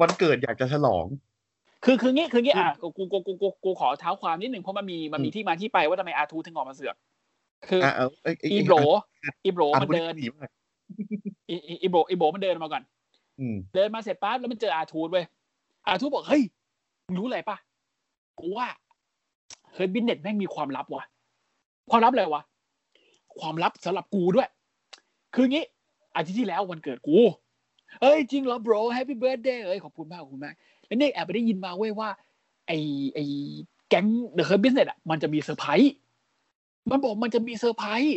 Speaker 2: วันเกิดอยากจะฉลอง
Speaker 3: คือคืองี้คืองี้อ่ะกูกูกูกูกูกูขอเท้าความนิดหนึ่งเพราะมันมีมันมี
Speaker 2: อืม
Speaker 3: ที่มาที่ไปว่าทำไมอาทูถึงออกมาเสือก คือ
Speaker 2: อ่ะเอาเยเย
Speaker 3: อี
Speaker 2: เย
Speaker 3: โบอีโบ
Speaker 2: อ่ะ
Speaker 3: มัน
Speaker 2: พู
Speaker 3: เดิน
Speaker 2: ให้ผีมาก
Speaker 3: อีอีอีโบอีโบมันเดินมาก่อน
Speaker 2: อืม
Speaker 3: เดินมาเสร็จปั๊บแล้วมันเจออาทูเว้ยอาทูบอกเฮ้ยมึงรู้อะไรปะกูว่าเฮ้ยบินเน็ตแม่งมีความลับว่ะ ความลับอะไรวะ ความลับสำหรับกูด้วย คืองี้อาทิตย์ที่แล้ววันเกิดกูเอ้ยจริงเหรอ bro happy birthday เอ้ยขอบคุณมากขอบคุณมาก แล้วเนี่ยแอบไปได้ยินมาเว้ยว่า ไอไอแก๊งเดอะเฮิร์บบิสเนสอ่ะมันจะมีเซอร์ไพรส์มันบอกมันจะมีเซอร์ไพรส์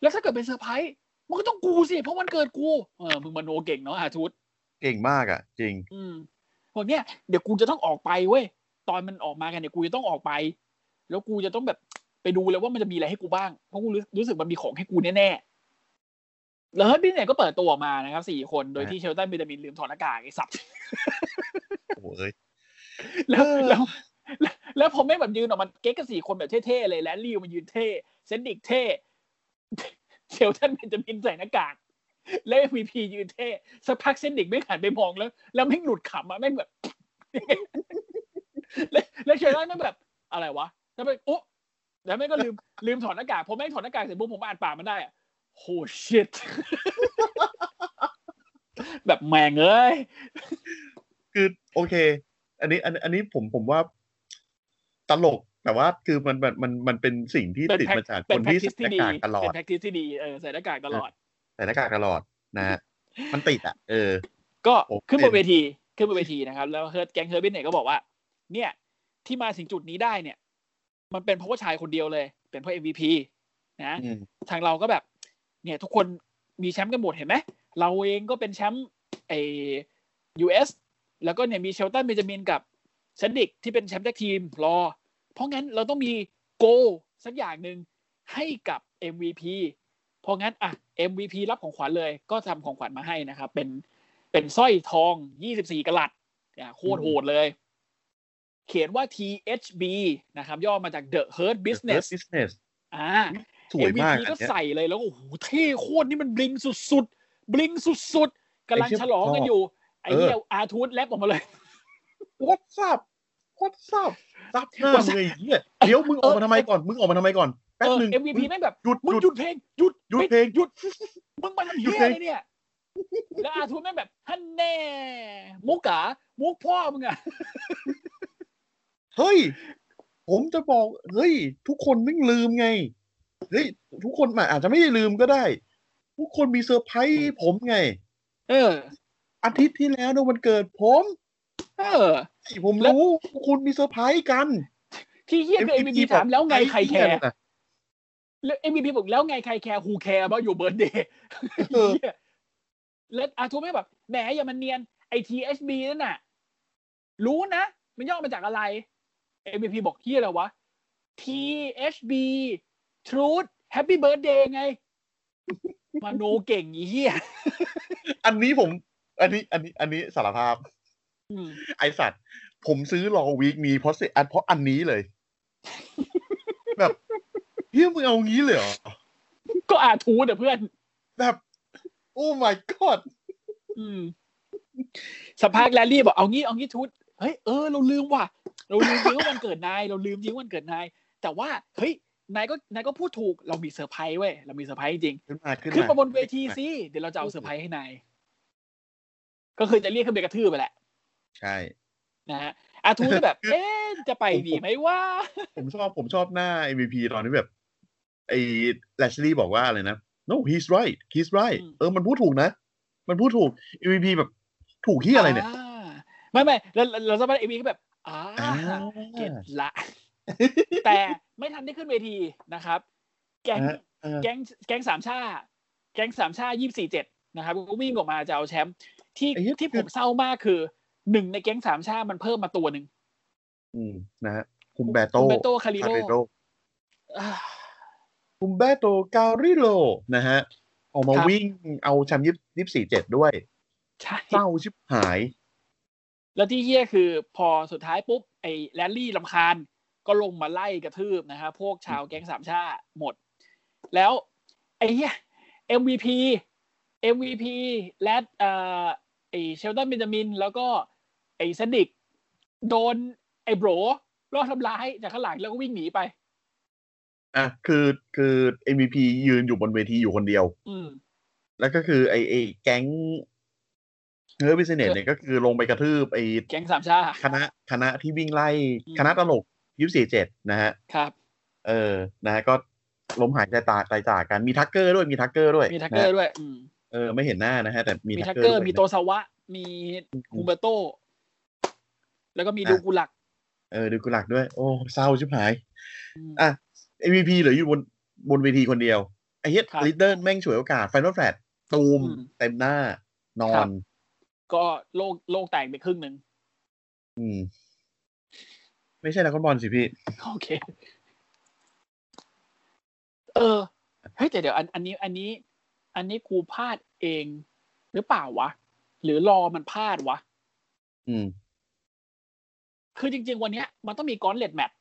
Speaker 3: แล้วถ้าเกิดเป็นเซอร์ไพรส์มันก็ต้องกูสิเพราะวันเกิดกูเออมึงมโนเก่งเนาะอาทู
Speaker 2: เก่งมากอ่ะ จริง
Speaker 3: อืมบอกเนี่ยเดี๋ยวกูจะต้องออกไปเว้ยตอนมันออกมากันเนี่ยกูจะต้องออกไป แล้วกูจะต้องแบบไปดูเลยว่ามันจะมีอะไรให้กูบ้างเพราะกูรู้รู้สึกมันมีของให้กูแน่ๆแล้วเฮ้ยพี่เนี่ยก็เปิดตัวออกมานะครับสี่คนโดยที่เชลตันบิตามินลืมถอดหน้ากากไอ้สับ
Speaker 2: โอ้โหเอ้ย
Speaker 3: แล้วแล้วแล้วแล้วผมไม่งแบบยืนออกมาเก๊กกับสี่คนแบบเท่ๆเลยแลนลี่มายืนเท่เซนดิกเท่เชลตันเบนจามินใส่หน้ากาก แล้ว MVP ยืนเท่สักพักเซนดิกไม่งหันไปมองแล้ว แล้วไม่งหลุดขำอ่ะแม่งแบบ แล้วแล้วเชอร์รี่นั่นแบบ อะไรวะ แล้วไปโอ๊ะแล้วแม่งก็ลืมลืมถอดหน้ากากผมแม่งถอดหน้ากากเสร็จปุ๊บผมอ่านปากมันได้อะโหชิต แบบแม่งเอ้ย
Speaker 2: คือโอเค อันนี้อันอันนี้ผมผมว่าตลกแต่ว่าคือมันมันมันมันเป็นสิ่งที่
Speaker 3: เป็น
Speaker 2: ติด
Speaker 3: prac-
Speaker 2: มาจาก
Speaker 3: เป็
Speaker 2: คน นที่
Speaker 3: practice
Speaker 2: ใส่ห
Speaker 3: ที่ดี
Speaker 2: น้ากากตลอ
Speaker 3: เป็
Speaker 2: ด
Speaker 3: น practice ที่ดีเออใส่หน้ากากตลอด
Speaker 2: ใส่หน้ากากตลอดนะฮะมันติดอ่ะเออ
Speaker 3: ก็
Speaker 2: โอเค
Speaker 3: ขึ้นบนเวที ขึ้นบนเวทีนะครับ แล้วเฮิร์ตแก๊งเฮิร์ตบิทเนี่ยก็บอกว่า เนี่ย ที่มาถึงจุดนี้ได้เนี่ย มันเป็นเพราะว่าชายคนเดียวเลย เป็นเพราะ MVP นะ
Speaker 2: อืม
Speaker 3: ทางเราก็แบบ เนี่ยทุกคนมีแชมป์กันหมดเห็นไหม เราเองก็เป็นแชมป์ไอ US แล้วก็เนี่ยมีเชลตันเบนจามินกับเซนดิกที่เป็นแชมป์แท็กทีมรอ เพราะงั้นเราต้องมีโกลสักอย่างหนึ่งให้กับ MVP เพราะงั้นอ่ะ MVP รับของขวัญเลยก็ทำของขวัญมาให้นะครับ เป็นเป็นสร้อยทอง 24กะลัดอ่ะโคตรโหดเลย เขียนว่า THB นะครับ ย่อมาจาก The Hurt Business
Speaker 2: Earth business
Speaker 3: อ่า
Speaker 2: สวยมาก
Speaker 3: MVP
Speaker 2: อั
Speaker 3: ก็
Speaker 2: นเนี้ย
Speaker 3: ใส่เลยแล้วก็โอ้โหเท่โคตรนี่มันบลิงสุดๆ บลิงสุดๆกำลังฉลองกันอยู่ ไอ้
Speaker 2: เออ
Speaker 3: เนี่ยอาร์ทูธแลบออกมาเลย
Speaker 2: What's up What's up ซับหน้า
Speaker 3: What's
Speaker 2: มึงไอ้เหี้ยเดี๋ยวมึงออกมาทำไมก่อน มึงออกมาทำไมก่อน
Speaker 3: เอ
Speaker 2: แป๊บ
Speaker 3: อ
Speaker 2: หนึ่ง
Speaker 3: MVP แม่งแบบ
Speaker 2: หยุด
Speaker 3: มึง
Speaker 2: หยุด
Speaker 3: หยุดเพลงหยุด
Speaker 2: หยุดเพลง
Speaker 3: หยุด มึงมาทำ
Speaker 2: หยุดเพ
Speaker 3: เฮีย
Speaker 2: ล
Speaker 3: อะ
Speaker 2: ง
Speaker 3: ไรเนี่ย แล้วอาร์ทูธแม่งแบบฮันแน่ มุกกะมุกพ่อมึงอะ
Speaker 2: เฮ้ย ผมจะบอก เฮ้ย ทุกคนไม่งลืมไง เฮ้ย ทุกคนอาจจะไม่ได้ลืมก็ได้ ทุกคนมีเซอร์ไพรส์ผมไง
Speaker 3: เออ
Speaker 2: อาทิตย์ที่แล้วนะวันเกิดผม
Speaker 3: เออ
Speaker 2: ไอ้ผมรู้พวกคุณมีเซอร์ไพรส์กัน
Speaker 3: ที่เฮียคือ MVP ถามแล้วไงใครแค
Speaker 2: อ้เหี้
Speaker 3: ร์
Speaker 2: ยน่ะ
Speaker 3: แล้ว MVP บอกแล้วไงใครแคร์ who care บ้าอยู่เบิร์ดเดย์
Speaker 2: เออ
Speaker 3: แล้วอาทูไม่งแบบแหมอย่ามันเนียนไอทีเอชบีนั่นน่ะ รู้นะ มันย่อมาจากอะไรเอ็มพีบอกที่อะไรวะ THB Truth Happy Birthday ไง มโนเก่งอีเหี้ย
Speaker 2: อันนี้ผม อันนี้ อันนี้ อันนี้สารภาพ
Speaker 3: อืม
Speaker 2: ไอสัตว์ ผมซื้อรอวีคนี้เพราะเสอันเพราะอันนี้ เลย แบบเฮียมึงเอางี้เลยเหรอ
Speaker 3: ก็อาทูเด้อะเพื่อน
Speaker 2: แบบ โอ้ my god
Speaker 3: อืมสภาพแรลลี่บอกเอางี้เอางี้ทูตเฮ้ยเออเราลืมว่ะ เราลืมจริงว่าวันเกิดนายเราลืมจริงว่าวันเกิดนาย แต่ว่าเฮ้ยนายก็นายก็พูดถูกเรามีเซอร์ไพรส์เว้ยเรามีเซอร์ไพรส์จริง
Speaker 2: ขึ้นมาขึ้น
Speaker 3: ขึ้น
Speaker 2: มา
Speaker 3: มาบนเวทีสิ เดี๋ยวเราจะเอาเซอร์ไพรส์ให้นาย ก็คือจะเรียกขึ้นไปกระทืบไปแหละ
Speaker 2: ใช่
Speaker 3: นะฮะอาทูก็แบบ เอ๊ะ จะไปดีไหมว่า
Speaker 2: ผมชอบผมชอบหน้า MVP ตอนนี้แบบ ไอ้แลชลี่บอกว่าอะไรนะ no he's right he's right เออมันพูดถูกนะ มันพูดถูก MVP แบบถูกที่อะไรเนี่ย
Speaker 3: ไม่ไม่แล้วเราจะไปเอวีก็แบบอ่า
Speaker 2: อ่า
Speaker 3: เก็ตละ แต่ไม่ทันได้ขึ้นเวทีนะครับ แก๊ง
Speaker 2: เออ
Speaker 3: แก๊งแก๊งสามชา แก๊งสามชายี่สี่เจ็ดนะครับก็วิ่งออกมาจะเอาแชมป์ที่ที่ผมเศร้ามากคือหนึ่งในแก๊งสามชา มันเพิ่มมาตัวหนึ่ง
Speaker 2: อืมนะฮะคุมแบโต้
Speaker 3: เบโตคาริ
Speaker 2: คา
Speaker 3: โร
Speaker 2: เรโรคุมแบโตกาลิโลนะฮะ ออกมาวิ่งเอาแชมป์ยี่สิบสี่เจ็ดด้วย
Speaker 3: ใช่
Speaker 2: เศร้าชิบหาย
Speaker 3: แล้วที่เฮี้ยคือพอสุดท้ายปุ๊บ ไอ้แรลลี่ลำคาญก็ลงมาไล่กระทืบนะครับพวกชาวแก๊งสามชาหมด แล้วไอ้เฮี้ย MVP MVP และเอ่อไอ้เชลตันเบนจามิน แล้วก็ไอ้เซนดิก โดนไอ้โบรรอดทำร้ายจากข้างหลังแล้วก็วิ่งหนีไป
Speaker 2: อ่ะคือคือ MVP ยืนอยู่บนเวทีอยู่คนเดียว
Speaker 3: อืม
Speaker 2: แล้วก็คือไอ้ไอ้แก๊งเฮอร์บิสเนสเนี่ยก็คือลงไปกระทืบไอ้
Speaker 3: แก๊งสามชา
Speaker 2: คณะคณะที่วิ่งไล่
Speaker 3: อืม
Speaker 2: คณะตลกยุคสี่เจ็ดนะฮะ
Speaker 3: ครับ
Speaker 2: เออ นะฮะก็ล้มหายใจตายตายจากกันมีทักเกอร์ด้วยมีทักเกอร์ด้วย
Speaker 3: มีทักเกอ
Speaker 2: นะ
Speaker 3: ร์
Speaker 2: ฮะ
Speaker 3: ด้วย อืม
Speaker 2: เออไม่เห็นหน้านะฮะแต่มี
Speaker 3: มี
Speaker 2: ทั
Speaker 3: ทั
Speaker 2: ก
Speaker 3: ก
Speaker 2: เก
Speaker 3: เก
Speaker 2: อ
Speaker 3: อ
Speaker 2: ร์
Speaker 3: ร์
Speaker 2: ด้วย
Speaker 3: มีโตซาวะ มีฮูเบอร์โต แล้วก็มีดูกุลัก
Speaker 2: เออดูกุหลักด้วย โอ้เศร้าชิบหาย
Speaker 3: อืม
Speaker 2: อ่ะ MVP เหลืออยู่บนบนเวทีคนเดียว ไอ้เฮีย
Speaker 3: ครับ
Speaker 2: ลิดเดิลแม่งฉวยโอกาสไฟนอลแฟลตตูม
Speaker 3: อืม
Speaker 2: เต็มหน้า นอ
Speaker 3: ครั
Speaker 2: น
Speaker 3: บ ก็โลกโลกแตกไปครึ่งห นึ่ง
Speaker 2: อืม ไม่ใช่นักฟุตบอลสิพี่
Speaker 3: โอเค เออ เฮ้ยแต่เดี๋ยวอันอันนี้ อันนี้ อันนี้กูพลาดเองหรือเปล่าวะ หรือรอมันพลาดวะ
Speaker 2: อืม
Speaker 3: คือจริง ๆ วันเนี้ยมันต้องมีกอนเลดแมตช์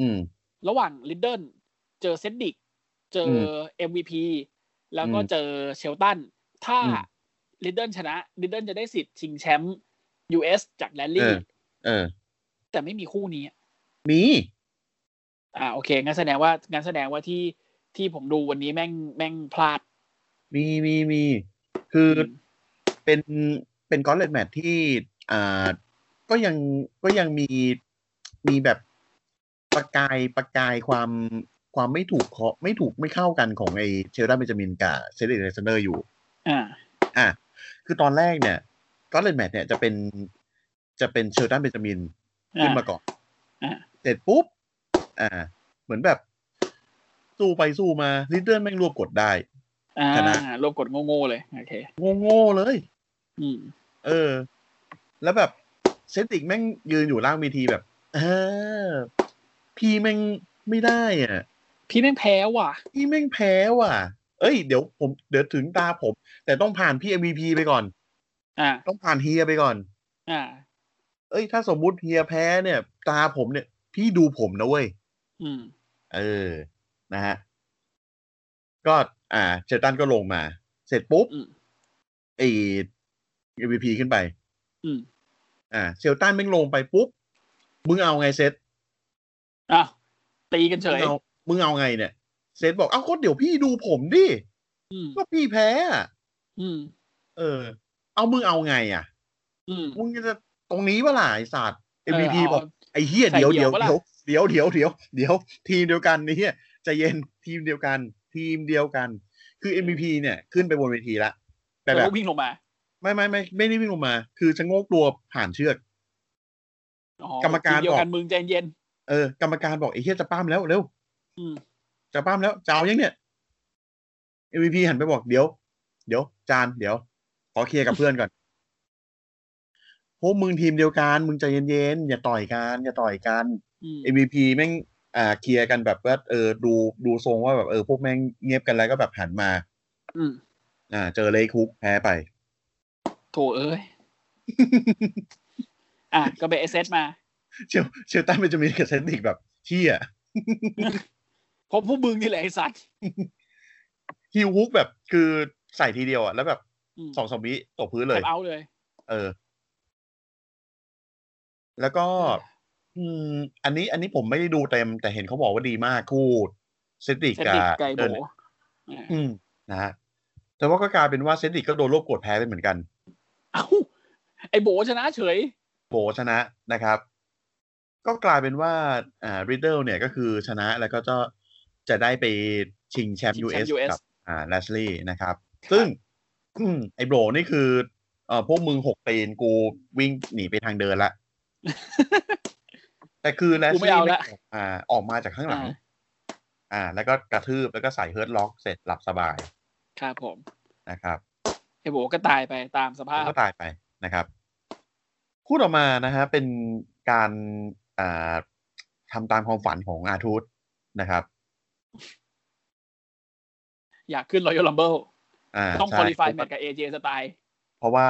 Speaker 2: อืม
Speaker 3: ระหว่างลิดเดิลเจอเซนดิก เจออ MVP แล้วก็
Speaker 2: อืม
Speaker 3: เจอเชลตัน ถ้า
Speaker 2: อืม
Speaker 3: ลิดเดิลชนะลิดเดิลจะได้สิทธิ์ชิงแชมป์ US จากแรล
Speaker 2: เอ
Speaker 3: ลี่
Speaker 2: อ เออ
Speaker 3: แต่ไม่มีคู่นี้
Speaker 2: มี
Speaker 3: อ่าโอเคงั้นแสดงว่างั้นแสดงว่าที่ที่ผมดูวันนี้แม่งแม่งพลาด
Speaker 2: มีมีมี คือเป็นเป็นกอลเลตแมทที่อ่าก็ยังก็ยังมีมีแบบประกายประกายความความไม่ถูกเคาะไม่ถูกไม่เข้ากันของไอเชลดาเบนจามินกับเซเลนเซเนอร์อยู่
Speaker 3: อ่า
Speaker 2: อ่ะ คือตอนแรกเนี่ยกอลเลตแมทเนี่ยจะเป็นจะเป็นเชลดาเบนจามิน ขึ้นมาก่อน
Speaker 3: อ่า
Speaker 2: เสร็จปุ๊บ อ่า เหมือนแบบสู้ไปสู้มาลิดเดิลแม่งรวบกดได้
Speaker 3: อ่า
Speaker 2: ชนะ
Speaker 3: รวมกดโง่ๆเลยโอเค
Speaker 2: โง่ๆเลย
Speaker 3: อืม
Speaker 2: เออ แล้วแบบเซนติกแม่งยืนอยู่ล่างเวทีแบบเออพี่แม่งไม่ได้อ่ะ
Speaker 3: พี่แม่งแพ้ว่ะ
Speaker 2: พี่แม่งแพ้ว่ะ เอ้ยเดี๋ยวผมเดี๋ยวถึงตาผม แต่ต้องผ่านพี่ MVP ไปก่อน
Speaker 3: อ่า
Speaker 2: ต้องผ่านเฮียไปก่อน
Speaker 3: อ่า
Speaker 2: เอ้ย ถ้าสมมุติเฮียแพ้เนี่ย ตาผมเนี่ย พี่ดูผมนะเว้ย
Speaker 3: อืม
Speaker 2: เออ นะฮะ ก็อ่า เชลตันก็ลงมา เสร็จปุ๊บ
Speaker 3: อืม
Speaker 2: ไอ้ MVP ขึ้นไป
Speaker 3: อืม
Speaker 2: อ่า เชลตันแม่งลงไปปุ๊บ มึงเอาไงเซต
Speaker 3: อ้าวตีกันเฉ
Speaker 2: มึง
Speaker 3: ย
Speaker 2: เอามึงเอาไงเนี่ย เซนบอกเอ้าก็เดี๋ยวพี่ดูผมดิ
Speaker 3: อืม
Speaker 2: ก็พี่แพ้อะ
Speaker 3: อืม
Speaker 2: เออ เอามึงเอาไงอ่ะ
Speaker 3: อืม
Speaker 2: มึงจะตรงนี้เปะล่าไอ้สัตว์ MVP
Speaker 3: เา
Speaker 2: บอกไอ้เฮีย
Speaker 3: ใส่
Speaker 2: เดี๋ยว
Speaker 3: เดี่
Speaker 2: เดี๋ย
Speaker 3: ย
Speaker 2: ว ว
Speaker 3: ปะล่ะ
Speaker 2: เดี๋ยวเดี๋ยวเดี๋ยวเดี๋ยวเดี๋ยวทีมเดียวกันนี่เฮียใจเย็นทีมเดียวกัน ทีมเดียวกัน คือ MVP เนี่ย ขึ้นไปบนเวทีละแต่
Speaker 3: แล้ว
Speaker 2: แบบ
Speaker 3: ก็วิ่งลงมา
Speaker 2: ไม่ไม่ไม่ไม่ได้วิ่งลงมา คือชะโงกตัวผ่านเชือก
Speaker 3: อ๋อก
Speaker 2: รรมการ
Speaker 3: ทีเดียวกั
Speaker 2: บ
Speaker 3: น
Speaker 2: อก
Speaker 3: มึงใจเย็น
Speaker 2: เออกรรมการบอกไอ้เฮียจะป้ามแล้วเร็ว
Speaker 3: อืม
Speaker 2: จะป้ามแล้วจะเอายังเนี่ย MVP หันไปบอกเดี๋ยว เดี๋ยว จานเดี๋ยว ขอเคลียร์กับเพื่อนก่อนพวกมึงทีมเดียวกันมึงใจเย็นๆอย่าต่อยกันอย่าต่อยกัน
Speaker 3: อืม
Speaker 2: MVP แม่งอ่าเคลียร์กันแบบว่าเออดูดูทรงว่าแบบเออพวกแม่งเงียบกันแล้วก็แบบหันมา
Speaker 3: อืม
Speaker 2: อ่า เจอเลยคุกแพ้ไป
Speaker 3: โถเอ้ย อ่ะก็ไปเอเซมา
Speaker 2: เชลเชลตันเบนจามินกับเซนติกแบบเฮีย
Speaker 3: พบผู้มึงนี่แหละไอ้สัตว์
Speaker 2: ฮิวฮุกแบบคือใส่ทีเดียวอ่ะแล้วแบบ
Speaker 3: ม
Speaker 2: สองสามวิตกพื้น
Speaker 3: แบ
Speaker 2: เลย
Speaker 3: บเอาเลย
Speaker 2: เออ แล้วก็
Speaker 3: เออ
Speaker 2: อืม อันนี้ อันนี้ผมไม่ได้ดูเต็ม แต่เห็นเขาบอกว่าดีมากคู่เซนติก
Speaker 3: เซน
Speaker 2: กับ
Speaker 3: ติกไกโบ
Speaker 2: เดิน
Speaker 3: อ่า
Speaker 2: อืม นะฮะแต่ว่าก็กลายเป็นว่าเซนติกก็โดนโรคกดแพ้ไปเหมือนกัน
Speaker 3: เอ้าไอโบชนะเฉย
Speaker 2: โบชนะนะครับ ก็กลายเป็นว่า อ่าริดเดิลเนี่ยก็คือชนะแล้วก็จะจะได้ไปชิงแชมป์
Speaker 3: ชิ
Speaker 2: ยู
Speaker 3: งแช
Speaker 2: เอ
Speaker 3: มป์
Speaker 2: ส
Speaker 3: US
Speaker 2: กับอ่าแลชลีย์นะครับ ซึ่ง อืม ไอ้โบนี่คือเอ่อพวกมึงหกตีนกูวิ่งหนีไปทางเดินละ แต่คือแลช
Speaker 3: กู
Speaker 2: ลีย์
Speaker 3: ไม่เอาละ
Speaker 2: ไม่ออกอ่า ออกมาจากข้างหลัง
Speaker 3: อ่า
Speaker 2: อ่า แล้วก็กระทืบแล้วก็ใส่เฮิร์ตล็อกเสร็จหลับสบาย
Speaker 3: ครับผม
Speaker 2: นะครับ
Speaker 3: ไอโบก็ตายไปตามสภาพ
Speaker 2: ก็ตายไปนะครับ คู่ต่อมานะฮะเป็นการอ่าทำตามความฝันของอาทูตนะครับ
Speaker 3: อยากขึ้นรอยัลลัมเบิล
Speaker 2: อ่า
Speaker 3: ต้อง
Speaker 2: ใช่
Speaker 3: คอลี่ฟาย
Speaker 2: เพ
Speaker 3: แมต
Speaker 2: ราะ
Speaker 3: ช์กับเอเจสไตล์
Speaker 2: เพราะว่า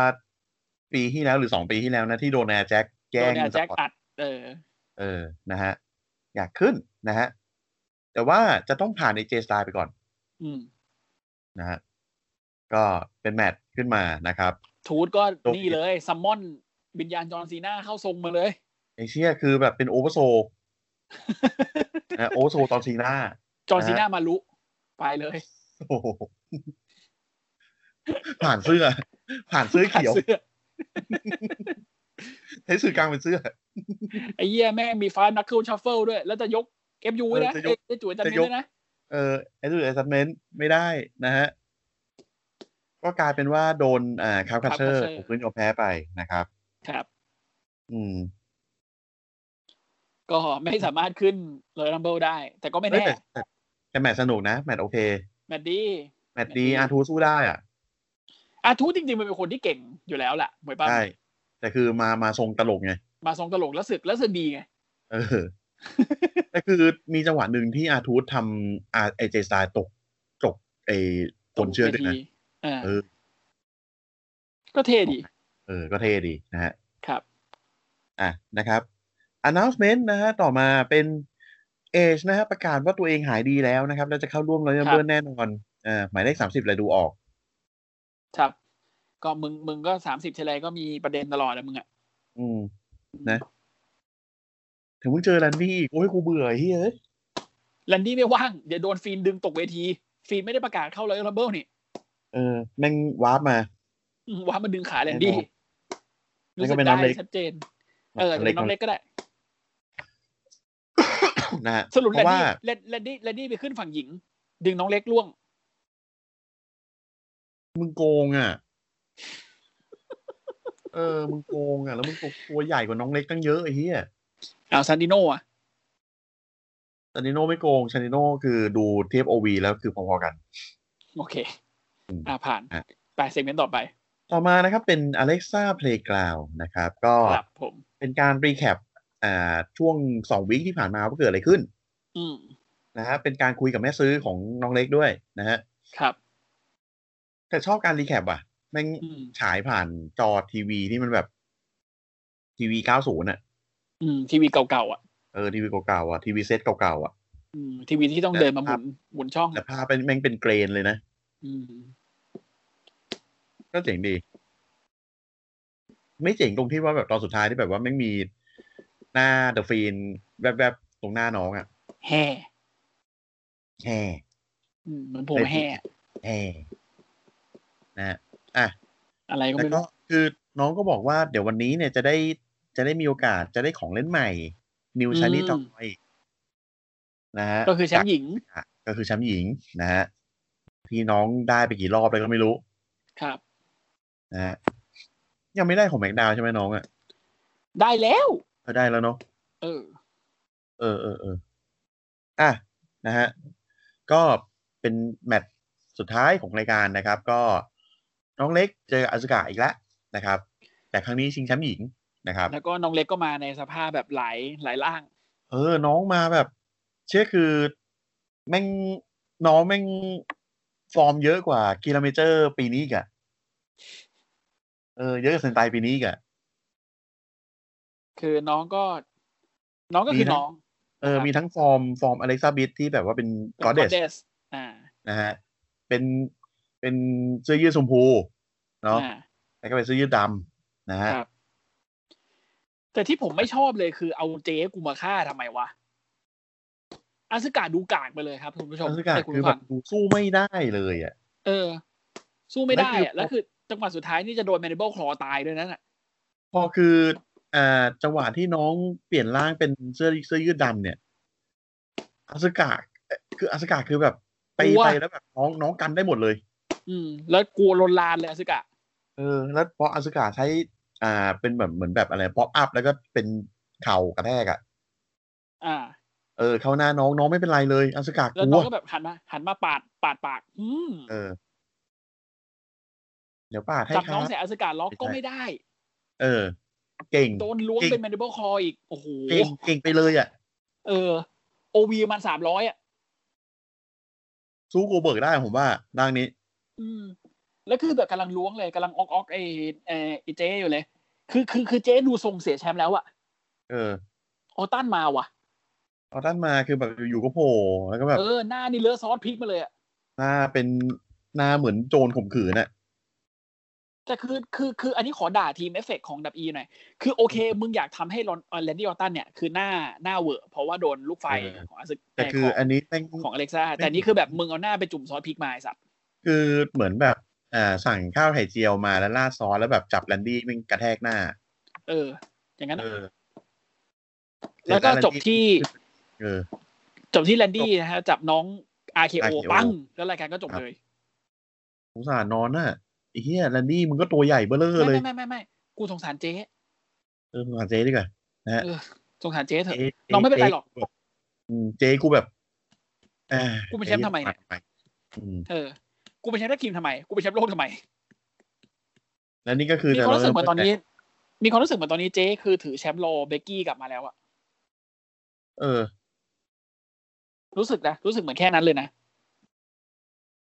Speaker 2: ปีที่แล้วหรือสองปีที่แล้วนะ ที่โดนแอร์แจ็คแก
Speaker 3: โด
Speaker 2: ล้ง
Speaker 3: นแจ็ค
Speaker 2: สปอต
Speaker 3: อัด เออ
Speaker 2: เออนะฮะอยากขึ้นนะฮะแต่ว่าจะต้องผ่านในเจสไตล์ไปก่อน
Speaker 3: อืม
Speaker 2: นะฮะก็เป็นแมตช์ขึ้นมานะครับ
Speaker 3: ทูตก็
Speaker 2: โดน
Speaker 3: นี่เลยซัมมอนวิญญาณจอร์นซีน่าเข้าทรงมาเลย
Speaker 2: ไอเชียคือแบบเป็นโอเวอร์โซลนะโอเวอร์โซลตอนซีหน้า
Speaker 3: จอร์นซีน่ามาลุไปเลย
Speaker 2: โอ้โหผ่านเสื้อ ผ่านเสื้อเขียว
Speaker 3: เสื้อ
Speaker 2: ใช้สื่อกลางเป็นเสื้อ
Speaker 3: ไอ้เหี้ยแม่งมีฟ้านักเคิลชัฟเฟิลด้วย แล้วจะยกเอฟยูไว้นะ
Speaker 2: เออจะย
Speaker 3: เอ้
Speaker 2: ก
Speaker 3: ยได้จุ๋ยจัน
Speaker 2: จะ
Speaker 3: เม้น
Speaker 2: ยก
Speaker 3: ด้วยนะ
Speaker 2: เออไอ้ตัวไอ้ซัมเมนไม่ได้นะฮะ ก็กลายเป็นว่าโดนอ่าคาร์คัชเชอ
Speaker 3: Cloud
Speaker 2: ร์
Speaker 3: Crusher
Speaker 2: ถูกพื้นโยแพ้ไปนะครับ
Speaker 3: ครับ
Speaker 2: อืม
Speaker 3: ก็ไม่สามารถขึ้นรอยัลลัมเบิลได้ แต่ก็ไม่
Speaker 2: เฮ้ย
Speaker 3: แน่
Speaker 2: แต่แต่แต่แมตช์สนุกนะ แมตช์โอเค
Speaker 3: แมตช์ดี
Speaker 2: แมตช์ดี
Speaker 3: แมตช์
Speaker 2: อา
Speaker 3: ดี
Speaker 2: ทูสู้ได้อ่ะ
Speaker 3: อาทูตจริงๆมันเป็นคนที่เก่งอยู่แล้วล่ะมวยปล้ำ
Speaker 2: ได้ แต่คือมามาทรงตลกไง
Speaker 3: มาทรงตลกแล้วศึกแล้วศึกดีไง
Speaker 2: เออ แต่คือมีจังหวะหนึ่งที่อาทูทำอาไอเจสไตล์ตกตกไอคนเชื่อด้วยนะ
Speaker 3: เออ
Speaker 2: เออ
Speaker 3: ก็เท่ดี
Speaker 2: เออ ก็เท่ดีนะฮะ
Speaker 3: ครับ
Speaker 2: อ่ะนะครับ announcement นะฮะต่อมาเป็นเอชนะฮะประกาศว่าตัวเองหายดีแล้วนะครับ แล้วจะเข้าร่วมรอยัล
Speaker 3: ครับ
Speaker 2: เบิร์แน่นอน อ่าหมายเลขสามสิบเลยดูออก
Speaker 3: ครับ ก็มึงมึงก็สามสิบเทเลก็มีประเด็นตลอดอะมึงอะ
Speaker 2: อืม นะ ถึงเพิ่งเจอแลนดี้อีกโอ้ยกูเบื่อไอ้เฮ้ยเอ้ย
Speaker 3: แลนดี้ไม่ว่าง เดี๋ยวโดนฟีนดึงตกเวที ฟีนไม่ได้ประกาศเข้าเลย r ัมเบิลนี่
Speaker 2: เออ แม่งวาร์ปมา
Speaker 3: อืมว่ามันดึงขาแลนดี้
Speaker 2: แน่นอน
Speaker 3: รู้สึก
Speaker 2: แล้วก็เป็นน้อ
Speaker 3: ได้
Speaker 2: งเล็ก
Speaker 3: ชัดเจน เออจะเป็นน้องเล็กก็ได้
Speaker 2: นะฮะ
Speaker 3: สรุป
Speaker 2: เพ
Speaker 3: แลน
Speaker 2: ราะว่า
Speaker 3: ดี้แลนแลนดี้แลนดี้ไปขึ้นฝั่งหญิง ดึงน้องเล็กล่วง
Speaker 2: มึงโกง อ่ะ เออ มึงโกงอ่ะ แล้วมึงตัวตัวใหญ่กว่าน้องเล็กตั้งเยอะไอ้เหี้ย
Speaker 3: อ้าวซันดิโนอะ
Speaker 2: ชานิโน่ไม่โกงชานิโน่คือดูเทปโอวีแล้วคือพอๆกัน
Speaker 3: โอเค
Speaker 2: อืม
Speaker 3: อ่าผ่าน
Speaker 2: อ่ะ
Speaker 3: ไปเซกเมนต์ต่อไป
Speaker 2: ต่อมานะครับ เป็น Alexa Playground นะครับ ก็
Speaker 3: ครับผม
Speaker 2: เป็นการรีแคปอ่าช่วงสองวีคที่ผ่านมาว่าเกิดอะไรขึ้น
Speaker 3: อืม
Speaker 2: นะฮะเป็นการคุยกับแม่ซื้อของน้องเล็กด้วยนะฮะ
Speaker 3: ครับ
Speaker 2: แต่ชอบการรีแคปอ่ะแม่ง
Speaker 3: อืม
Speaker 2: ฉายผ่านจอทีวีที่มันแบบ ทีวี 90อ่ะ
Speaker 3: อืมทีวีเก่าๆอ่ะ
Speaker 2: เออ ทีวีเก่าๆอ่ะ ทีวีเซตเก่าๆอ่ะ
Speaker 3: อืมทีวีที่ต้อง
Speaker 2: แต่
Speaker 3: เดินมาหมุ
Speaker 2: ภาพ
Speaker 3: นหมุนช่อง
Speaker 2: แต่ภาพเป็นแม่งเป็นเกรนเลยนะ
Speaker 3: อืม
Speaker 2: ก็เจ๋งดี ไม่เจ๋งตรงที่ว่าแบบตอนสุดท้ายที่แบบว่าแม่งมีหน้าเดอะฟีนแวบๆ ตรงหน้าน้องอ่ะ
Speaker 3: แห่
Speaker 2: แห่
Speaker 3: อืมเหมือนผมแห่
Speaker 2: แห่นะฮะอ่ะ
Speaker 3: อะไรก็
Speaker 2: แล้ว
Speaker 3: ไม่
Speaker 2: ก็
Speaker 3: รู้
Speaker 2: คือน้องก็บอกว่าเดี๋ยววันนี้เนี่ยจะได้จะได้มีโอกาสจะได้ของเล่นใหม่ New Shiny Toy นะฮะ
Speaker 3: ก็คือแชมป์หญิง
Speaker 2: จากก็คือแชมป์หญิงนะฮะที่น้องได้ไปกี่รอบแล้วก็ไม่รู้
Speaker 3: ครับ
Speaker 2: นะฮะยังไม่ได้ของแมกดาวใช่ไหมน้องอ่ะ
Speaker 3: ได้แล้ว
Speaker 2: เออได้แล้วเนาะ
Speaker 3: เออ
Speaker 2: เออเออเอออ่ะนะฮะก็เป็นแมตช์สุดท้ายของรายการนะครับ ก็น้องเล็กเจออาสกาอีกแล้วนะครับ แต่ครั้งนี้ชิงแชมป์หญิงนะครับ
Speaker 3: แล้วก็น้องเล็กก็มาในสภาพแบบหลายหลายล่าง
Speaker 2: เออ น้องมาแบบ เชื่อคือแม่งน้องแม่งฟอร์มเยอะกว่ากิโลเมเตอร์ปีนี้อีกอะเออ เยอะกว่าเซนไตปีนี้อีกอะ
Speaker 3: คือน้องก็ น้องก็คือ
Speaker 2: มีนะ
Speaker 3: น้อง
Speaker 2: เออ มีทั้งฟอร์มฟอร์มอเล็กซาบิทที่แบบว่าเป็นกอดเดส
Speaker 3: สอ่า
Speaker 2: นะฮะ เป็นเป็นเสื้อยืดชมพู เนาะ
Speaker 3: อ่า
Speaker 2: แล้วก็เป็นเสื้อยืดดำนะฮะ
Speaker 3: ครับ แต่ที่ผมไม่ชอบเลยคือเอาเจ๊กูมาฆ่าทำไมวะอาซึกะดูกากไปเลยครับคุณผู้ชม
Speaker 2: อันสุดท้าย
Speaker 3: ให้คุณ
Speaker 2: คือ
Speaker 3: ผู้
Speaker 2: แบ
Speaker 3: ฟั
Speaker 2: บ
Speaker 3: ง
Speaker 2: ดูสู้ไม่ได้เลยอะ
Speaker 3: เออ สู้ไม่ได้อะ
Speaker 2: แล้
Speaker 3: แล้ว ว
Speaker 2: คือ
Speaker 3: คือจังหวะสุดท้ายนี่จะโดนแมนเบิลคลอตายด้วยนั่นอ่ะ
Speaker 2: พอคืออ่าจังหวะที่น้องเปลี่ยนร่างเป็นเสื้อเสื้อยืดดำเนี่ยอาสกาเอ่อคืออาสกาคือแบบไป
Speaker 3: กลัว
Speaker 2: ไปแล้วแบบน้องน้องกันได้หมดเลย
Speaker 3: อืม แล้วกลัวลนลานเลยอาซึกะ
Speaker 2: เออ แล้วพออาสกาใช้ อ่า เป็นแบบเหมือนแบบอะไรป๊อปอัพแล้วก็เป็นเข่ากระแทกอะ่ะ
Speaker 3: อ่า
Speaker 2: เออเข้าหน้าน้องน้องไม่เป็นไรเลยอาสกาก
Speaker 3: แล้ว
Speaker 2: ลั
Speaker 3: น้อ
Speaker 2: ว
Speaker 3: งก็แบบหันมา หันมาปาดปาดปาก อืม
Speaker 2: เออ เดี๋ยวป้าดให้
Speaker 3: จับ
Speaker 2: ครั
Speaker 3: น้อง
Speaker 2: บ
Speaker 3: ใส่อาซึกะล็อกก็ไม่ได้
Speaker 2: เออ เก่ง
Speaker 3: โดนล้วง
Speaker 2: เก่ง
Speaker 3: เป็นแมนเบิลคลออีก โอ้โห
Speaker 2: เก่งเก่งไปเลยอะ่ะ
Speaker 3: เออโอวีมันสามร้อยอ่ะ
Speaker 2: สู้โกเบิร์กได้ผมว่าร่างนี้
Speaker 3: อืม แล้วคือแบบกำลังล้วงเลยกำลังออกออกไอไอไอ้เจ๊อยู่เลย คือคือคือเจ๊ดูทรงเสียแชมป์แล้วอะ
Speaker 2: เออ
Speaker 3: ออตันมาว่ะ
Speaker 2: เอาด้านมาคือแบบอยู่ๆก็โผล่แล้วก็แบบ
Speaker 3: เออหน้านี่เลอะซอสพริกมาเลยอะ
Speaker 2: หน้าเป็นหน้าเหมือนโจรข่มขืนน่ะ
Speaker 3: แต่คือคือคืออันนี้ขอด่าทีมเอฟเฟกของดับอีหน่อย คือโอเค มึงอยากทำให้รอนแลนดี้ออตตันเนี่ย คือหน้าหน้าเวอร์เพราะว่าโดนลูกไฟ
Speaker 2: เออ
Speaker 3: ของอาซึก
Speaker 2: แต่คือ
Speaker 3: ข
Speaker 2: อั
Speaker 3: อน ง
Speaker 2: นี้แม่ง
Speaker 3: ของอเล็กซ่า แต่
Speaker 2: ไม่
Speaker 3: นี่คือแบบมึงเอาหน้าไปจุ่มซอสพริกมาไอ้สัตว์
Speaker 2: คือเหมือนแบบอ่าสั่งข้าวไข่เจียวมาแล้วราดซอสแล้วแบบจับแลนดี้แม่งกระแทกหน้า
Speaker 3: เออ อย่างนั้น
Speaker 2: เออ
Speaker 3: แล้วก็จบที่
Speaker 2: เออ
Speaker 3: จบที่แลนดี้นะฮะจับน้อง RKO
Speaker 2: RKO
Speaker 3: ปังแล้วรายการก็จบ
Speaker 2: ครับ
Speaker 3: เลย
Speaker 2: สงสารนอนน่ะไอ้เหี้ยแลนดี้มึงก็ตัวใหญ่เบ้อเร่อเลย
Speaker 3: ไม่ไม่ไม่ไม่ไม่กูสงสารเจ๊
Speaker 2: เออสงสารเจ๊ดีกว่า
Speaker 3: เออสงสารเจ๊เถอะ
Speaker 2: จ๊
Speaker 3: น้องไม่เป็นไรหรอก
Speaker 2: จ๊อืมเจ๊กูแบบอ่า
Speaker 3: กูเป็นแชมป์ทำไมเนี่ย
Speaker 2: อืม
Speaker 3: เออกูเป็นแชมป์แท็กทีมทำไมกูเป็นแชมป์โลกทำไม
Speaker 2: แล้วนี่ก็คือ
Speaker 3: มีความรู้สึกเหมือนตอนนี้ มีความรู้สึกเหมือนตอนนี้เจ๊คือถือแชมป์โลเบกกี้กลับมาแล้วอะ
Speaker 2: เออ
Speaker 3: รู้สึกนะรู้สึกเหมือนแค่นั้นเลยนะ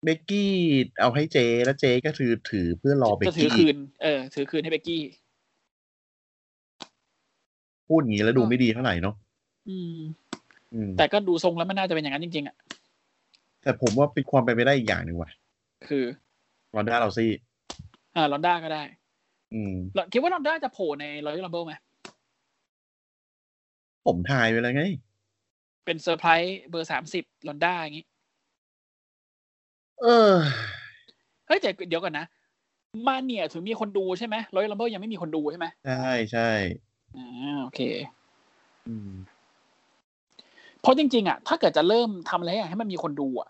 Speaker 2: เบกกี้เอาให้เจ๊แล้วเจ๊ก็คือถือเพื่อรอเบก
Speaker 3: จะถือ
Speaker 2: กี้
Speaker 3: คืน เออ ถือคืนให้เบกกี้
Speaker 2: พูดอย่างนี้แล้วดูไม่ดีเท่าไหร่เนาะ
Speaker 3: อืม
Speaker 2: อืม
Speaker 3: แต่ก็ดูทรงแล้วมันน่าจะเป็นอย่างนั้นจริงๆอ่ะ
Speaker 2: แต่ผมว่าเป็นความเป็นไปได้อีกอย่างหนึ่งว่ะ
Speaker 3: คือ
Speaker 2: รอนด้าเราซี่
Speaker 3: อ่าลอนด้าก็ได้
Speaker 2: อืม
Speaker 3: แล้วคิดว่าลอนด้าจะโผล่ในรอยัลลัมเบิลไหม
Speaker 2: ผมทายไปแล้วไง
Speaker 3: เป็นเซอร์ไพรส์เบอร์สามสิบลอนด้าอย่างงี้
Speaker 2: เออ
Speaker 3: เฮ้ยแต่เดี๋ยวก่อนนะ มาเนี่ยถึงมีคนดูใช่ไหมรอยัลลัมเบิลยังไม่มีคนดูใช่ไหม
Speaker 2: ใช่ใช่
Speaker 3: อ่าโอเค
Speaker 2: อืม
Speaker 3: เพราะจริงๆอ่ะถ้าเกิดจะเริ่มทำอะไรให้มันมีคนดูอ่ะ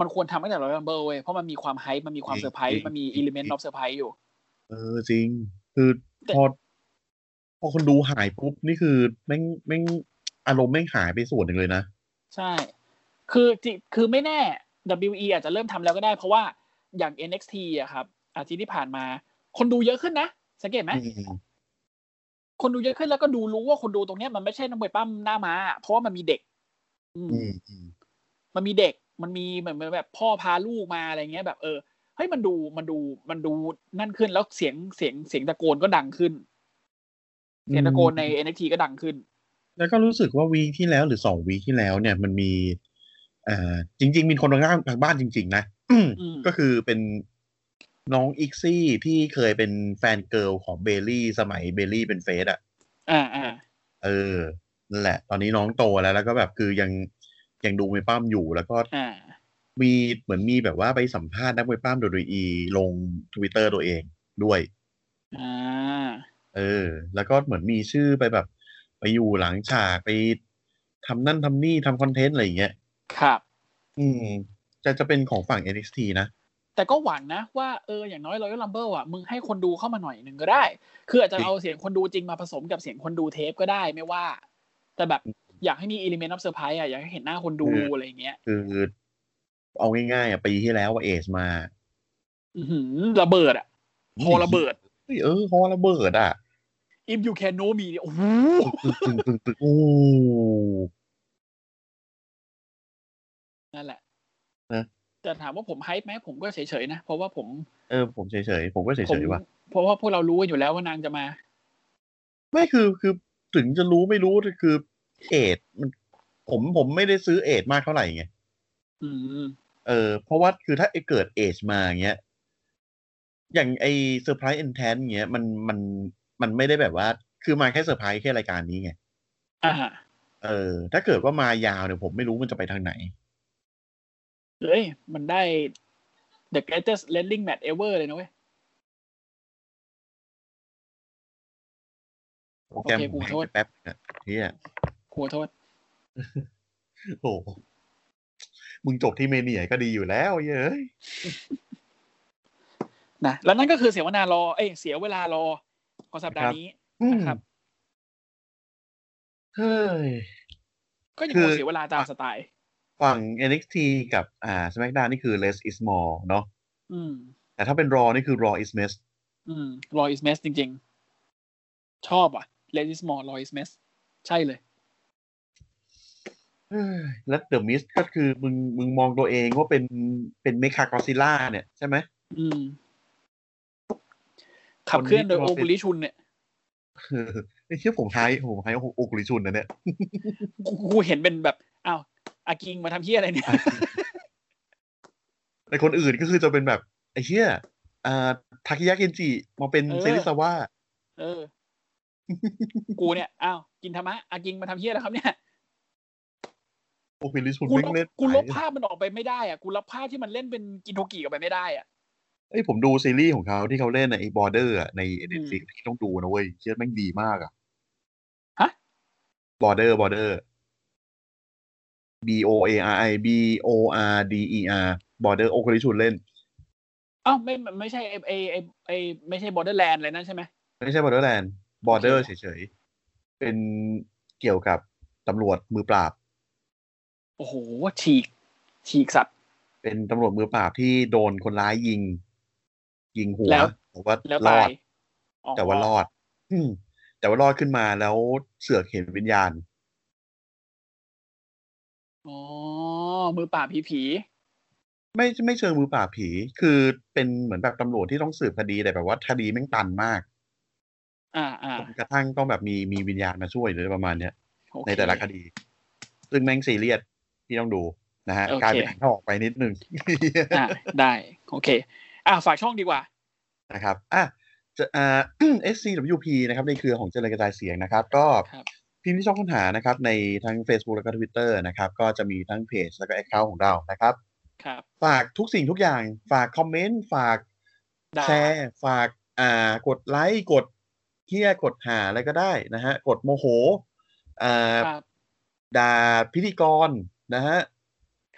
Speaker 3: มันควรทำตั้งแต่รอยัลเบิลเว้ยเพราะมันมีความไฮป์มันมีความเซอร์ไพรส์มันมีอิเลเมนต์ออฟเซอร์ไพรส์อยู่
Speaker 2: เออจริง คือ
Speaker 3: แต่
Speaker 2: พอ พอคนดูหายปุ๊บ นี่คือแม่งแม่งอารมณ์แม่งหายไปส่วนหนึ่งเลยนะ
Speaker 3: ใช่ คือจริคือไม่แน่ WE อาจจะเริ่มทำแล้วก็ได้ เพราะว่าอย่าง NXT อะครับ อาทิตย์ที่ผ่านมา คนดูเยอะขึ้นนะ สังเกตไหม
Speaker 2: อืม
Speaker 3: คนดูเยอะขึ้นแล้วก็ดูรู้ว่าคนดูตรงเนี้ยมันไม่ใช่น้ำมวยปั้มหน้าม้า เพราะว่ามันมีเด็ก อืม
Speaker 2: อืมอืม
Speaker 3: มันมีเด็ก มันมีเหมือนแบบพ่อพาลูกมาอะไรเงี้ยแบบเออ เฮ้ยมันดูมันดูมันดูนั่นขึ้นแล้วเสียงเสียงเสียงตะโกนก็ดังขึ้น เสียงตะโกนใน NXT ก็ดังขึ้น
Speaker 2: แล้วก็รู้สึกว่าวีคที่แล้วหรือสองวีคที่แล้วเนี่ยมันมีเอ่อจริง ๆ มีคนทางบ้านทางบ้านจริง ๆ นะ
Speaker 3: อืม
Speaker 2: ก็คือเป็นน้องอิกซี่ที่เคยเป็นแฟนเกิร์ลของเบลลี่สมัยเบลลี่เป็นเฟสอ่ะ
Speaker 3: อ่าอ่า
Speaker 2: เออนั่นแหละ ตอนนี้น้องโตแล้วแล้วก็แบบคือยังยังดูมวยปั้มอยู่แล้วก็
Speaker 3: อ่า
Speaker 2: มีเหมือนมีแบบว่าไปสัมภาษณ์นักมวยปล้ามโดยอีลงทวิตเตอร์ตัวเองด้วย
Speaker 3: อ่า
Speaker 2: เออ แล้วก็เหมือนมีชื่อไปแบบ ไปอยู่หลังฉากไปทำนั่นทำนี่ทำคอนเทนต์อะไรอย่างเงี้ย
Speaker 3: ครับ
Speaker 2: อืม จะจะเป็นของฝั่ง NXT นะ
Speaker 3: แต่ก็หวังนะว่าเอออย่างน้อยรอยัลลัมเบิลอ่ะมึงให้คนดูเข้ามาหน่อยหนึ่งก็ได้ คืออาจจะเอาเสียงคนดูจริงมาผสมกับเสียงคนดูเทปก็ได้ไม่ว่า แต่แบบอยากให้มีอิเลเมนต์ออฟเซอร์ไพรส์อ่ะอยากให้เห็นหน้าคนดู
Speaker 2: อืม
Speaker 3: อะไรอย่างเงี้ย
Speaker 2: คือเอาง่ายๆอ่ะปีที่แล้วว่าเอสมา
Speaker 3: อื้อหือระเบิดอ่ะพอระเบิด
Speaker 2: เฮ้ยเออคอระเบิดอ่ะ
Speaker 3: if you can know me เนี่ยโอ้โห
Speaker 2: ตึกตึกตึกตึกโอ้
Speaker 3: นั่นแหละแต่ถามว่าผมไฮป์ไหมผมก็เฉยๆนะ เพราะว่าผม
Speaker 2: เออ ผมเฉยๆ ผมก็เฉ
Speaker 3: ผม
Speaker 2: ยๆว่ะ
Speaker 3: เพราะว่าพวกเรารู้กันอยู่แล้วว่านางจะมา
Speaker 2: ไม่คือคือถึงจะรู้ไม่รู้แต่คือเอดมัน ผมผมไม่ได้ซื้อเอดมากเท่าไหร่ไง
Speaker 3: อืม
Speaker 2: เออเพราะว่าคือถ้าไอเกิดเอชมาอย่างเงี้ยอย่างไอเซอร์ไพรส์เอนแทนเงี้ยมันมันมันไม่ได้แบบว่า คือมาแค่เซอร์ไพรส์แค่รายการนี้ไง
Speaker 3: อ่า
Speaker 2: เออ ถ้าเกิดว่ามายาวเนี่ยผมไม่รู้มันจะไปทางไหน
Speaker 3: เฮ้ยมันได้ the greatest wrestling match ever เลยนะเว้ย
Speaker 2: โปรแกรม
Speaker 3: โอเค
Speaker 2: ผม
Speaker 3: ขอโทษ
Speaker 2: แป๊บนะเนี่ย
Speaker 3: ขอโทษ
Speaker 2: โอ้โหมึงจบที่เมเนียก็ดีอยู่แล้วเย้ย
Speaker 3: นะแล้วนั่นก็คือเสียเวนารอ เอ้ยเสียเวลารอของสัปดาห์นี้ นะครับ
Speaker 2: เฮ้ย
Speaker 3: ก็ยัง
Speaker 2: คื
Speaker 3: คง
Speaker 2: อ
Speaker 3: เสียเวลาตามสไตล์
Speaker 2: ฝั่ง NXT กับอ่า SmackDown นี่คือ less is more เนาะ
Speaker 3: อืม
Speaker 2: แต่ถ้าเป็น Raw นี่คือ Raw is mess
Speaker 3: อืมรออิสเมสจริง ๆ ชอบอ่ะเลดิสมอลรออิสเมสใช่เลย
Speaker 2: เฮ้ยและ The Mist ก็คือมึงมึงมองตัวเองว่าเป็นเป็นเมคากอซิล่าเนี่ยใช่ไหม
Speaker 3: อืม ขับเคลื่อนโดย
Speaker 2: คน
Speaker 3: โอ
Speaker 2: ที่
Speaker 3: บุริชุนเนี่ย
Speaker 2: ไอ้เชี่ยผมไทายผมไทายโอคุริชุนนะเนี่ย
Speaker 3: กูกูเห็นเป็นแบบ อ้าว อากิงมาทำเฮียอะไรเนี่ย
Speaker 2: แต่คนอื่นก็คือจะเป็นแบบ ไอ้เชี่ยอ่าทาคิยะเคนจิมาเป็น
Speaker 3: เออ
Speaker 2: เซริซาวะ
Speaker 3: เออ กูเนี่ย อ้าว กินธรรมะ อากิงมาทำเฮียอะไรครับเนี่ย
Speaker 2: โอคุริชุน
Speaker 3: กูล
Speaker 2: เล่น
Speaker 3: บ
Speaker 2: เล่น
Speaker 3: กูลบภาพมันออกไปไม่ได้อ่ะ กูลบภาพที่มันเล่นเป็นกินโทกิออกไปไม่ได้อ่ะ
Speaker 2: ไอ้ยผมดูซีรีส์ของเขาที่เขาเล่นในไอ้บอร์เดอร์ใน NXT
Speaker 3: อืม
Speaker 2: ที่ต้องดูนะเว้ยเชี่ยแม่งดีมากอะ
Speaker 3: ฮะ
Speaker 2: บอร์เดอร์บอร์เดอร์ B O A R I B O R D E R บอร์เดอร์โอคุริชุนเล่น
Speaker 3: อ้าวไม่ไม่ใช่ไอไอไอไอไม่ใช่บอร์เดอร์แลนด์อะไรนั่นใช่ไหม
Speaker 2: ไม่ใช่ borderland border
Speaker 3: โอเค
Speaker 2: เฉยๆ เป็นเกี่ยวกับตำรวจมือปราบ
Speaker 3: โอ้โหฉีก ฉีกสัตว์
Speaker 2: เป็นตำรวจมือปราบที่โดนคนร้ายยิง ยิงหัว
Speaker 3: แล้ว
Speaker 2: แต่ว่า
Speaker 3: แล้ว
Speaker 2: รอ
Speaker 3: ตาย
Speaker 2: ด แต่ว่ารอด อืม แต่ว่ารอดขึ้นมาแล้วเสือกเห็นวิญญาณ
Speaker 3: อ๋อ มือป่าบผีผี
Speaker 2: ไม่ไม่เชิงมือปราบผี คือเป็นเหมือนแบบตำรวจที่ต้องสืบคดีแต่แบบว่าคดีแม่งตันมาก
Speaker 3: อ่าอ่า
Speaker 2: จนกระทั่งต้องแบบมีมีวิญญาณมาช่วยหรือประมาณเนี้ย
Speaker 3: โอเค
Speaker 2: ในแต่ละคดี ซึ่งแม่งซีเรียสที่ต้องดู นะฮะ
Speaker 3: โอเค
Speaker 2: กลายเป็นหนังออกไปนิดนึง
Speaker 3: อ่ะได้ โอเค อ่ะฝากช่องดีกว่า
Speaker 2: นะครับ อ่ะ จะอ่า SCWP นะครับ ในเครือของเจริญกระจายเสียงนะครับ ก็
Speaker 3: ครับ
Speaker 2: พิมพ์ที่ช่องค้นหานะครับ ในทั้ง Facebook แล้วก็ Twitter นะครับ ก็จะมีทั้งเพจแล้วก็แอคเคาท์ของเรานะครับ
Speaker 3: ครับ
Speaker 2: ฝากทุกสิ่งทุกอย่าง ฝากคอมเมนต์ ฝาก
Speaker 3: ด่า
Speaker 2: แชร์ ฝากอ่ากดไลค์ กดเที่ยกดหาอะไรก็ได้นะฮะ กดโมโหอ่า
Speaker 3: ครับ
Speaker 2: ด่าพิธีกรนะฮะ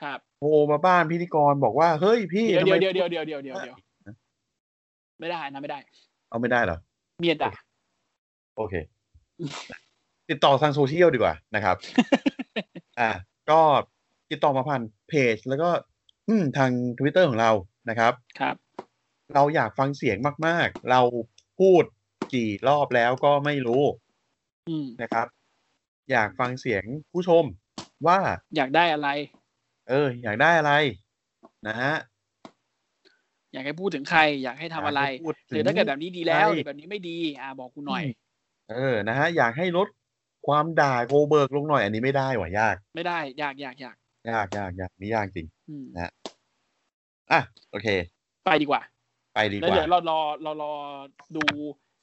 Speaker 3: ครับ
Speaker 2: โทรมาบ้านพิธีกรบอกว่า เฮ้ยพี่
Speaker 3: เดี๋ยว
Speaker 2: ทำ
Speaker 3: เดี๋
Speaker 2: ไม
Speaker 3: ยวเดี๋ยวเดี๋ยวเดี๋ยวเดี๋ยวเดี๋ยวเดี๋ยวไม่ได้นะไม่ได้
Speaker 2: เอาไม่ได้เหรอ
Speaker 3: เมียด่า
Speaker 2: โอเค ติดต่อทางโซเชียลดีกว่านะครับ อ่า ก็ติดต่อมาผ่านเพจ แล้วก็ อืมทางทวิตเตอร์ของเรานะครับ
Speaker 3: ครับ
Speaker 2: เราอยากฟังเสียงมาก ๆ เราพูดกี่รอบแล้วก็ไม่รู้
Speaker 3: อืม
Speaker 2: นะครับ อยากฟังเสียงผู้ชมว่า
Speaker 3: อยากได้อะไร
Speaker 2: เออ อยากได้อะไร นะฮะ
Speaker 3: อยากให้พูดถึงใคร อยากให้ทำอะไร
Speaker 2: ยากให้พูด
Speaker 3: ห
Speaker 2: ถึง
Speaker 3: รือถ้าเกิดแบบนี้ดีแล้ว
Speaker 2: ใช่
Speaker 3: หรือแบบนี้ไม่ดี อ่าบอกกูหน่อย
Speaker 2: เออ นะฮะ อยากให้ลดความด่าโกเบิร์กลงหน่อย อันนี้ไม่ได้หว่ะยาก
Speaker 3: ไม่ได้ อยากอยากอยาก
Speaker 2: ยากยากยากนี่ยากจริง
Speaker 3: อืม
Speaker 2: นะ อ่ะ โอเค
Speaker 3: ไปดีกว่า
Speaker 2: ไปดีก
Speaker 3: แล้ว
Speaker 2: ว่า
Speaker 3: เดี๋ยวเรารอเรารอดู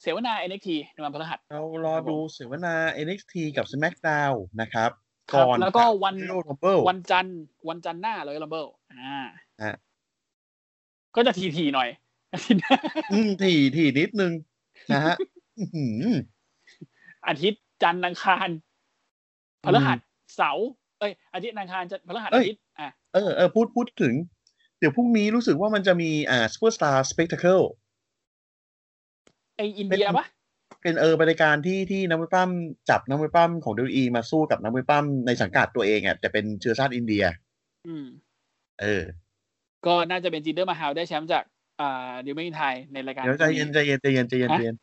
Speaker 3: เสวนาเอ็นเอ็กทีในวันพฤหัส
Speaker 2: เรารอ
Speaker 3: ครับผม
Speaker 2: ดูเสวนา NXT กับ SmackDown นะครับ
Speaker 3: ค
Speaker 2: ก่
Speaker 3: รับ
Speaker 2: อน
Speaker 3: แล้วก็วัน
Speaker 2: โรทัมเบิล
Speaker 3: วันจันทร์วันจันทร์หน้าเลยลัมเบิลอ่า
Speaker 2: ฮะ
Speaker 3: ก็จะทีทีๆหน่อย อาทิตย์หน้า
Speaker 2: อืมถี่ถี่นิดนึง นะฮะ อื้อหือ
Speaker 3: อาทิตย์จันทร์อังคารพฤหัสเสาร์เอ้ยอาทิตย์อังคารจะพฤหัส
Speaker 2: เอ้ย
Speaker 3: อาทิตย์อ่ะ
Speaker 2: เออเออพูดพูดถึง เดี๋ยวพรุ่งนี้รู้สึกว่ามันจะมีอ่า Superstar Spectacle
Speaker 3: ไออินเดีย
Speaker 2: เป็น
Speaker 3: ปะ
Speaker 2: เป็นเออรายการที่ที่นักมวยปั้มจับนักมวยปั้มของ WWE มาสู้กับนักมวยปั้มในสังกัดตัวเองอ่ะแต่เป็นเชื้อชาติอินเดีย
Speaker 3: อืม
Speaker 2: เออ
Speaker 3: ก็น่าจะเป็นจินเดอร์มาฮาวได้แชมป์จากอ่าดิวไม่ไทยในรายการ
Speaker 2: เดี๋ยวใจเย็นใจเย็นใจเย็นใจเย็นใจเย็น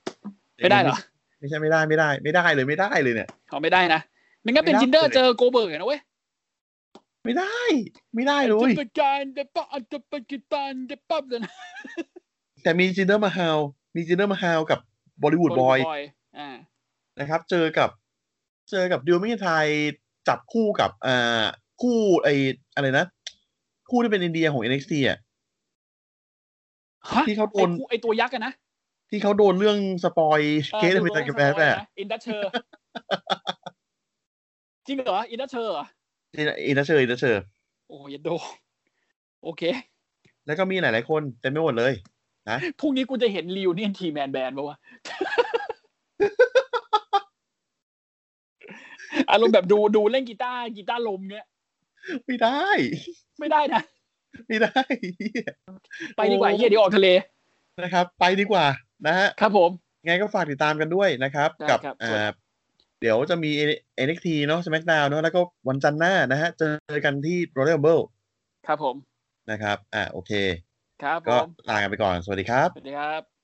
Speaker 3: ไม่ได้เหรอ
Speaker 2: ไม่ใช่ไม่ได้ไม่ได้ ไม่ได้เลยไม่ได้เลยเนี่ย
Speaker 3: เขาไม่ได้นะมันก็เป็น
Speaker 2: ไม่ได้
Speaker 3: จินเดอร์
Speaker 2: เลย
Speaker 3: เจอโกเบิร์กนะเว้ย
Speaker 2: ไม่ได้ ไม่ได้เล
Speaker 3: จะ
Speaker 2: ย
Speaker 3: เป็นการเดปะอันจะเป็นกีตาร์เดปะเลยนะ
Speaker 2: แต่มีจินเดอร์มาฮาว มีจินเดอร์มาฮาวกับบอล y วูดบอย
Speaker 3: อ่า
Speaker 2: นะครับ เจอกับ เจอกับดิวมิไทยจับคู่กับอ่าคู่ไออะไรนะ คู่ที่เป็นอินเดียของ NXT อ่ะ
Speaker 3: ฮะ
Speaker 2: ที่เขาโดน
Speaker 3: ไอ้คู่ไอตัวยักษ์อะนะ
Speaker 2: ที่เขาโดนเรื่องสปอยเกตเป็นตากับแบทอ่ะ
Speaker 3: อินดัชเชอร์ จริงเหรอ อินดัชเชอร์เหรอ
Speaker 2: อินเชอร์อินเชอร์
Speaker 3: โอ้ยอยาโด โอเค
Speaker 2: แล้วก็มีหลาย ๆ คนเต็มไม่หมดเลย
Speaker 3: พรุ่งนี้กูจะเห็นริวเนี่ยทีแมนแบนปะ วะ อารมณ์แบบดูดูเล่นกีตาร์กีตาร์ลมเนี่ย
Speaker 2: ไม่ได้
Speaker 3: ไม่ได้นะ
Speaker 2: ไม่ได้ เหี้ย
Speaker 3: ไปดีกว่า
Speaker 2: โอ้
Speaker 3: เยี่ยเดี๋ยวออกทะเล
Speaker 2: นะครับ ไปดีกว่านะฮะ
Speaker 3: ครับผม
Speaker 2: ไงก็ฝากติดตามกันด้วยนะครับ
Speaker 3: ได้
Speaker 2: กับ
Speaker 3: ครับ
Speaker 2: อ่าเดี๋ยวจะมี NXT เนาะ SmackDown เนาะแล้วก็วันจันทร์หน้านะฮะ เจอกันที่ Royal Rumble
Speaker 3: ครับผม
Speaker 2: นะครับ อ่าโอเค
Speaker 3: ครับผ
Speaker 2: ก็
Speaker 3: ม
Speaker 2: ลากันไปก่อน สวัสดีครับ
Speaker 3: สวัสดีครับ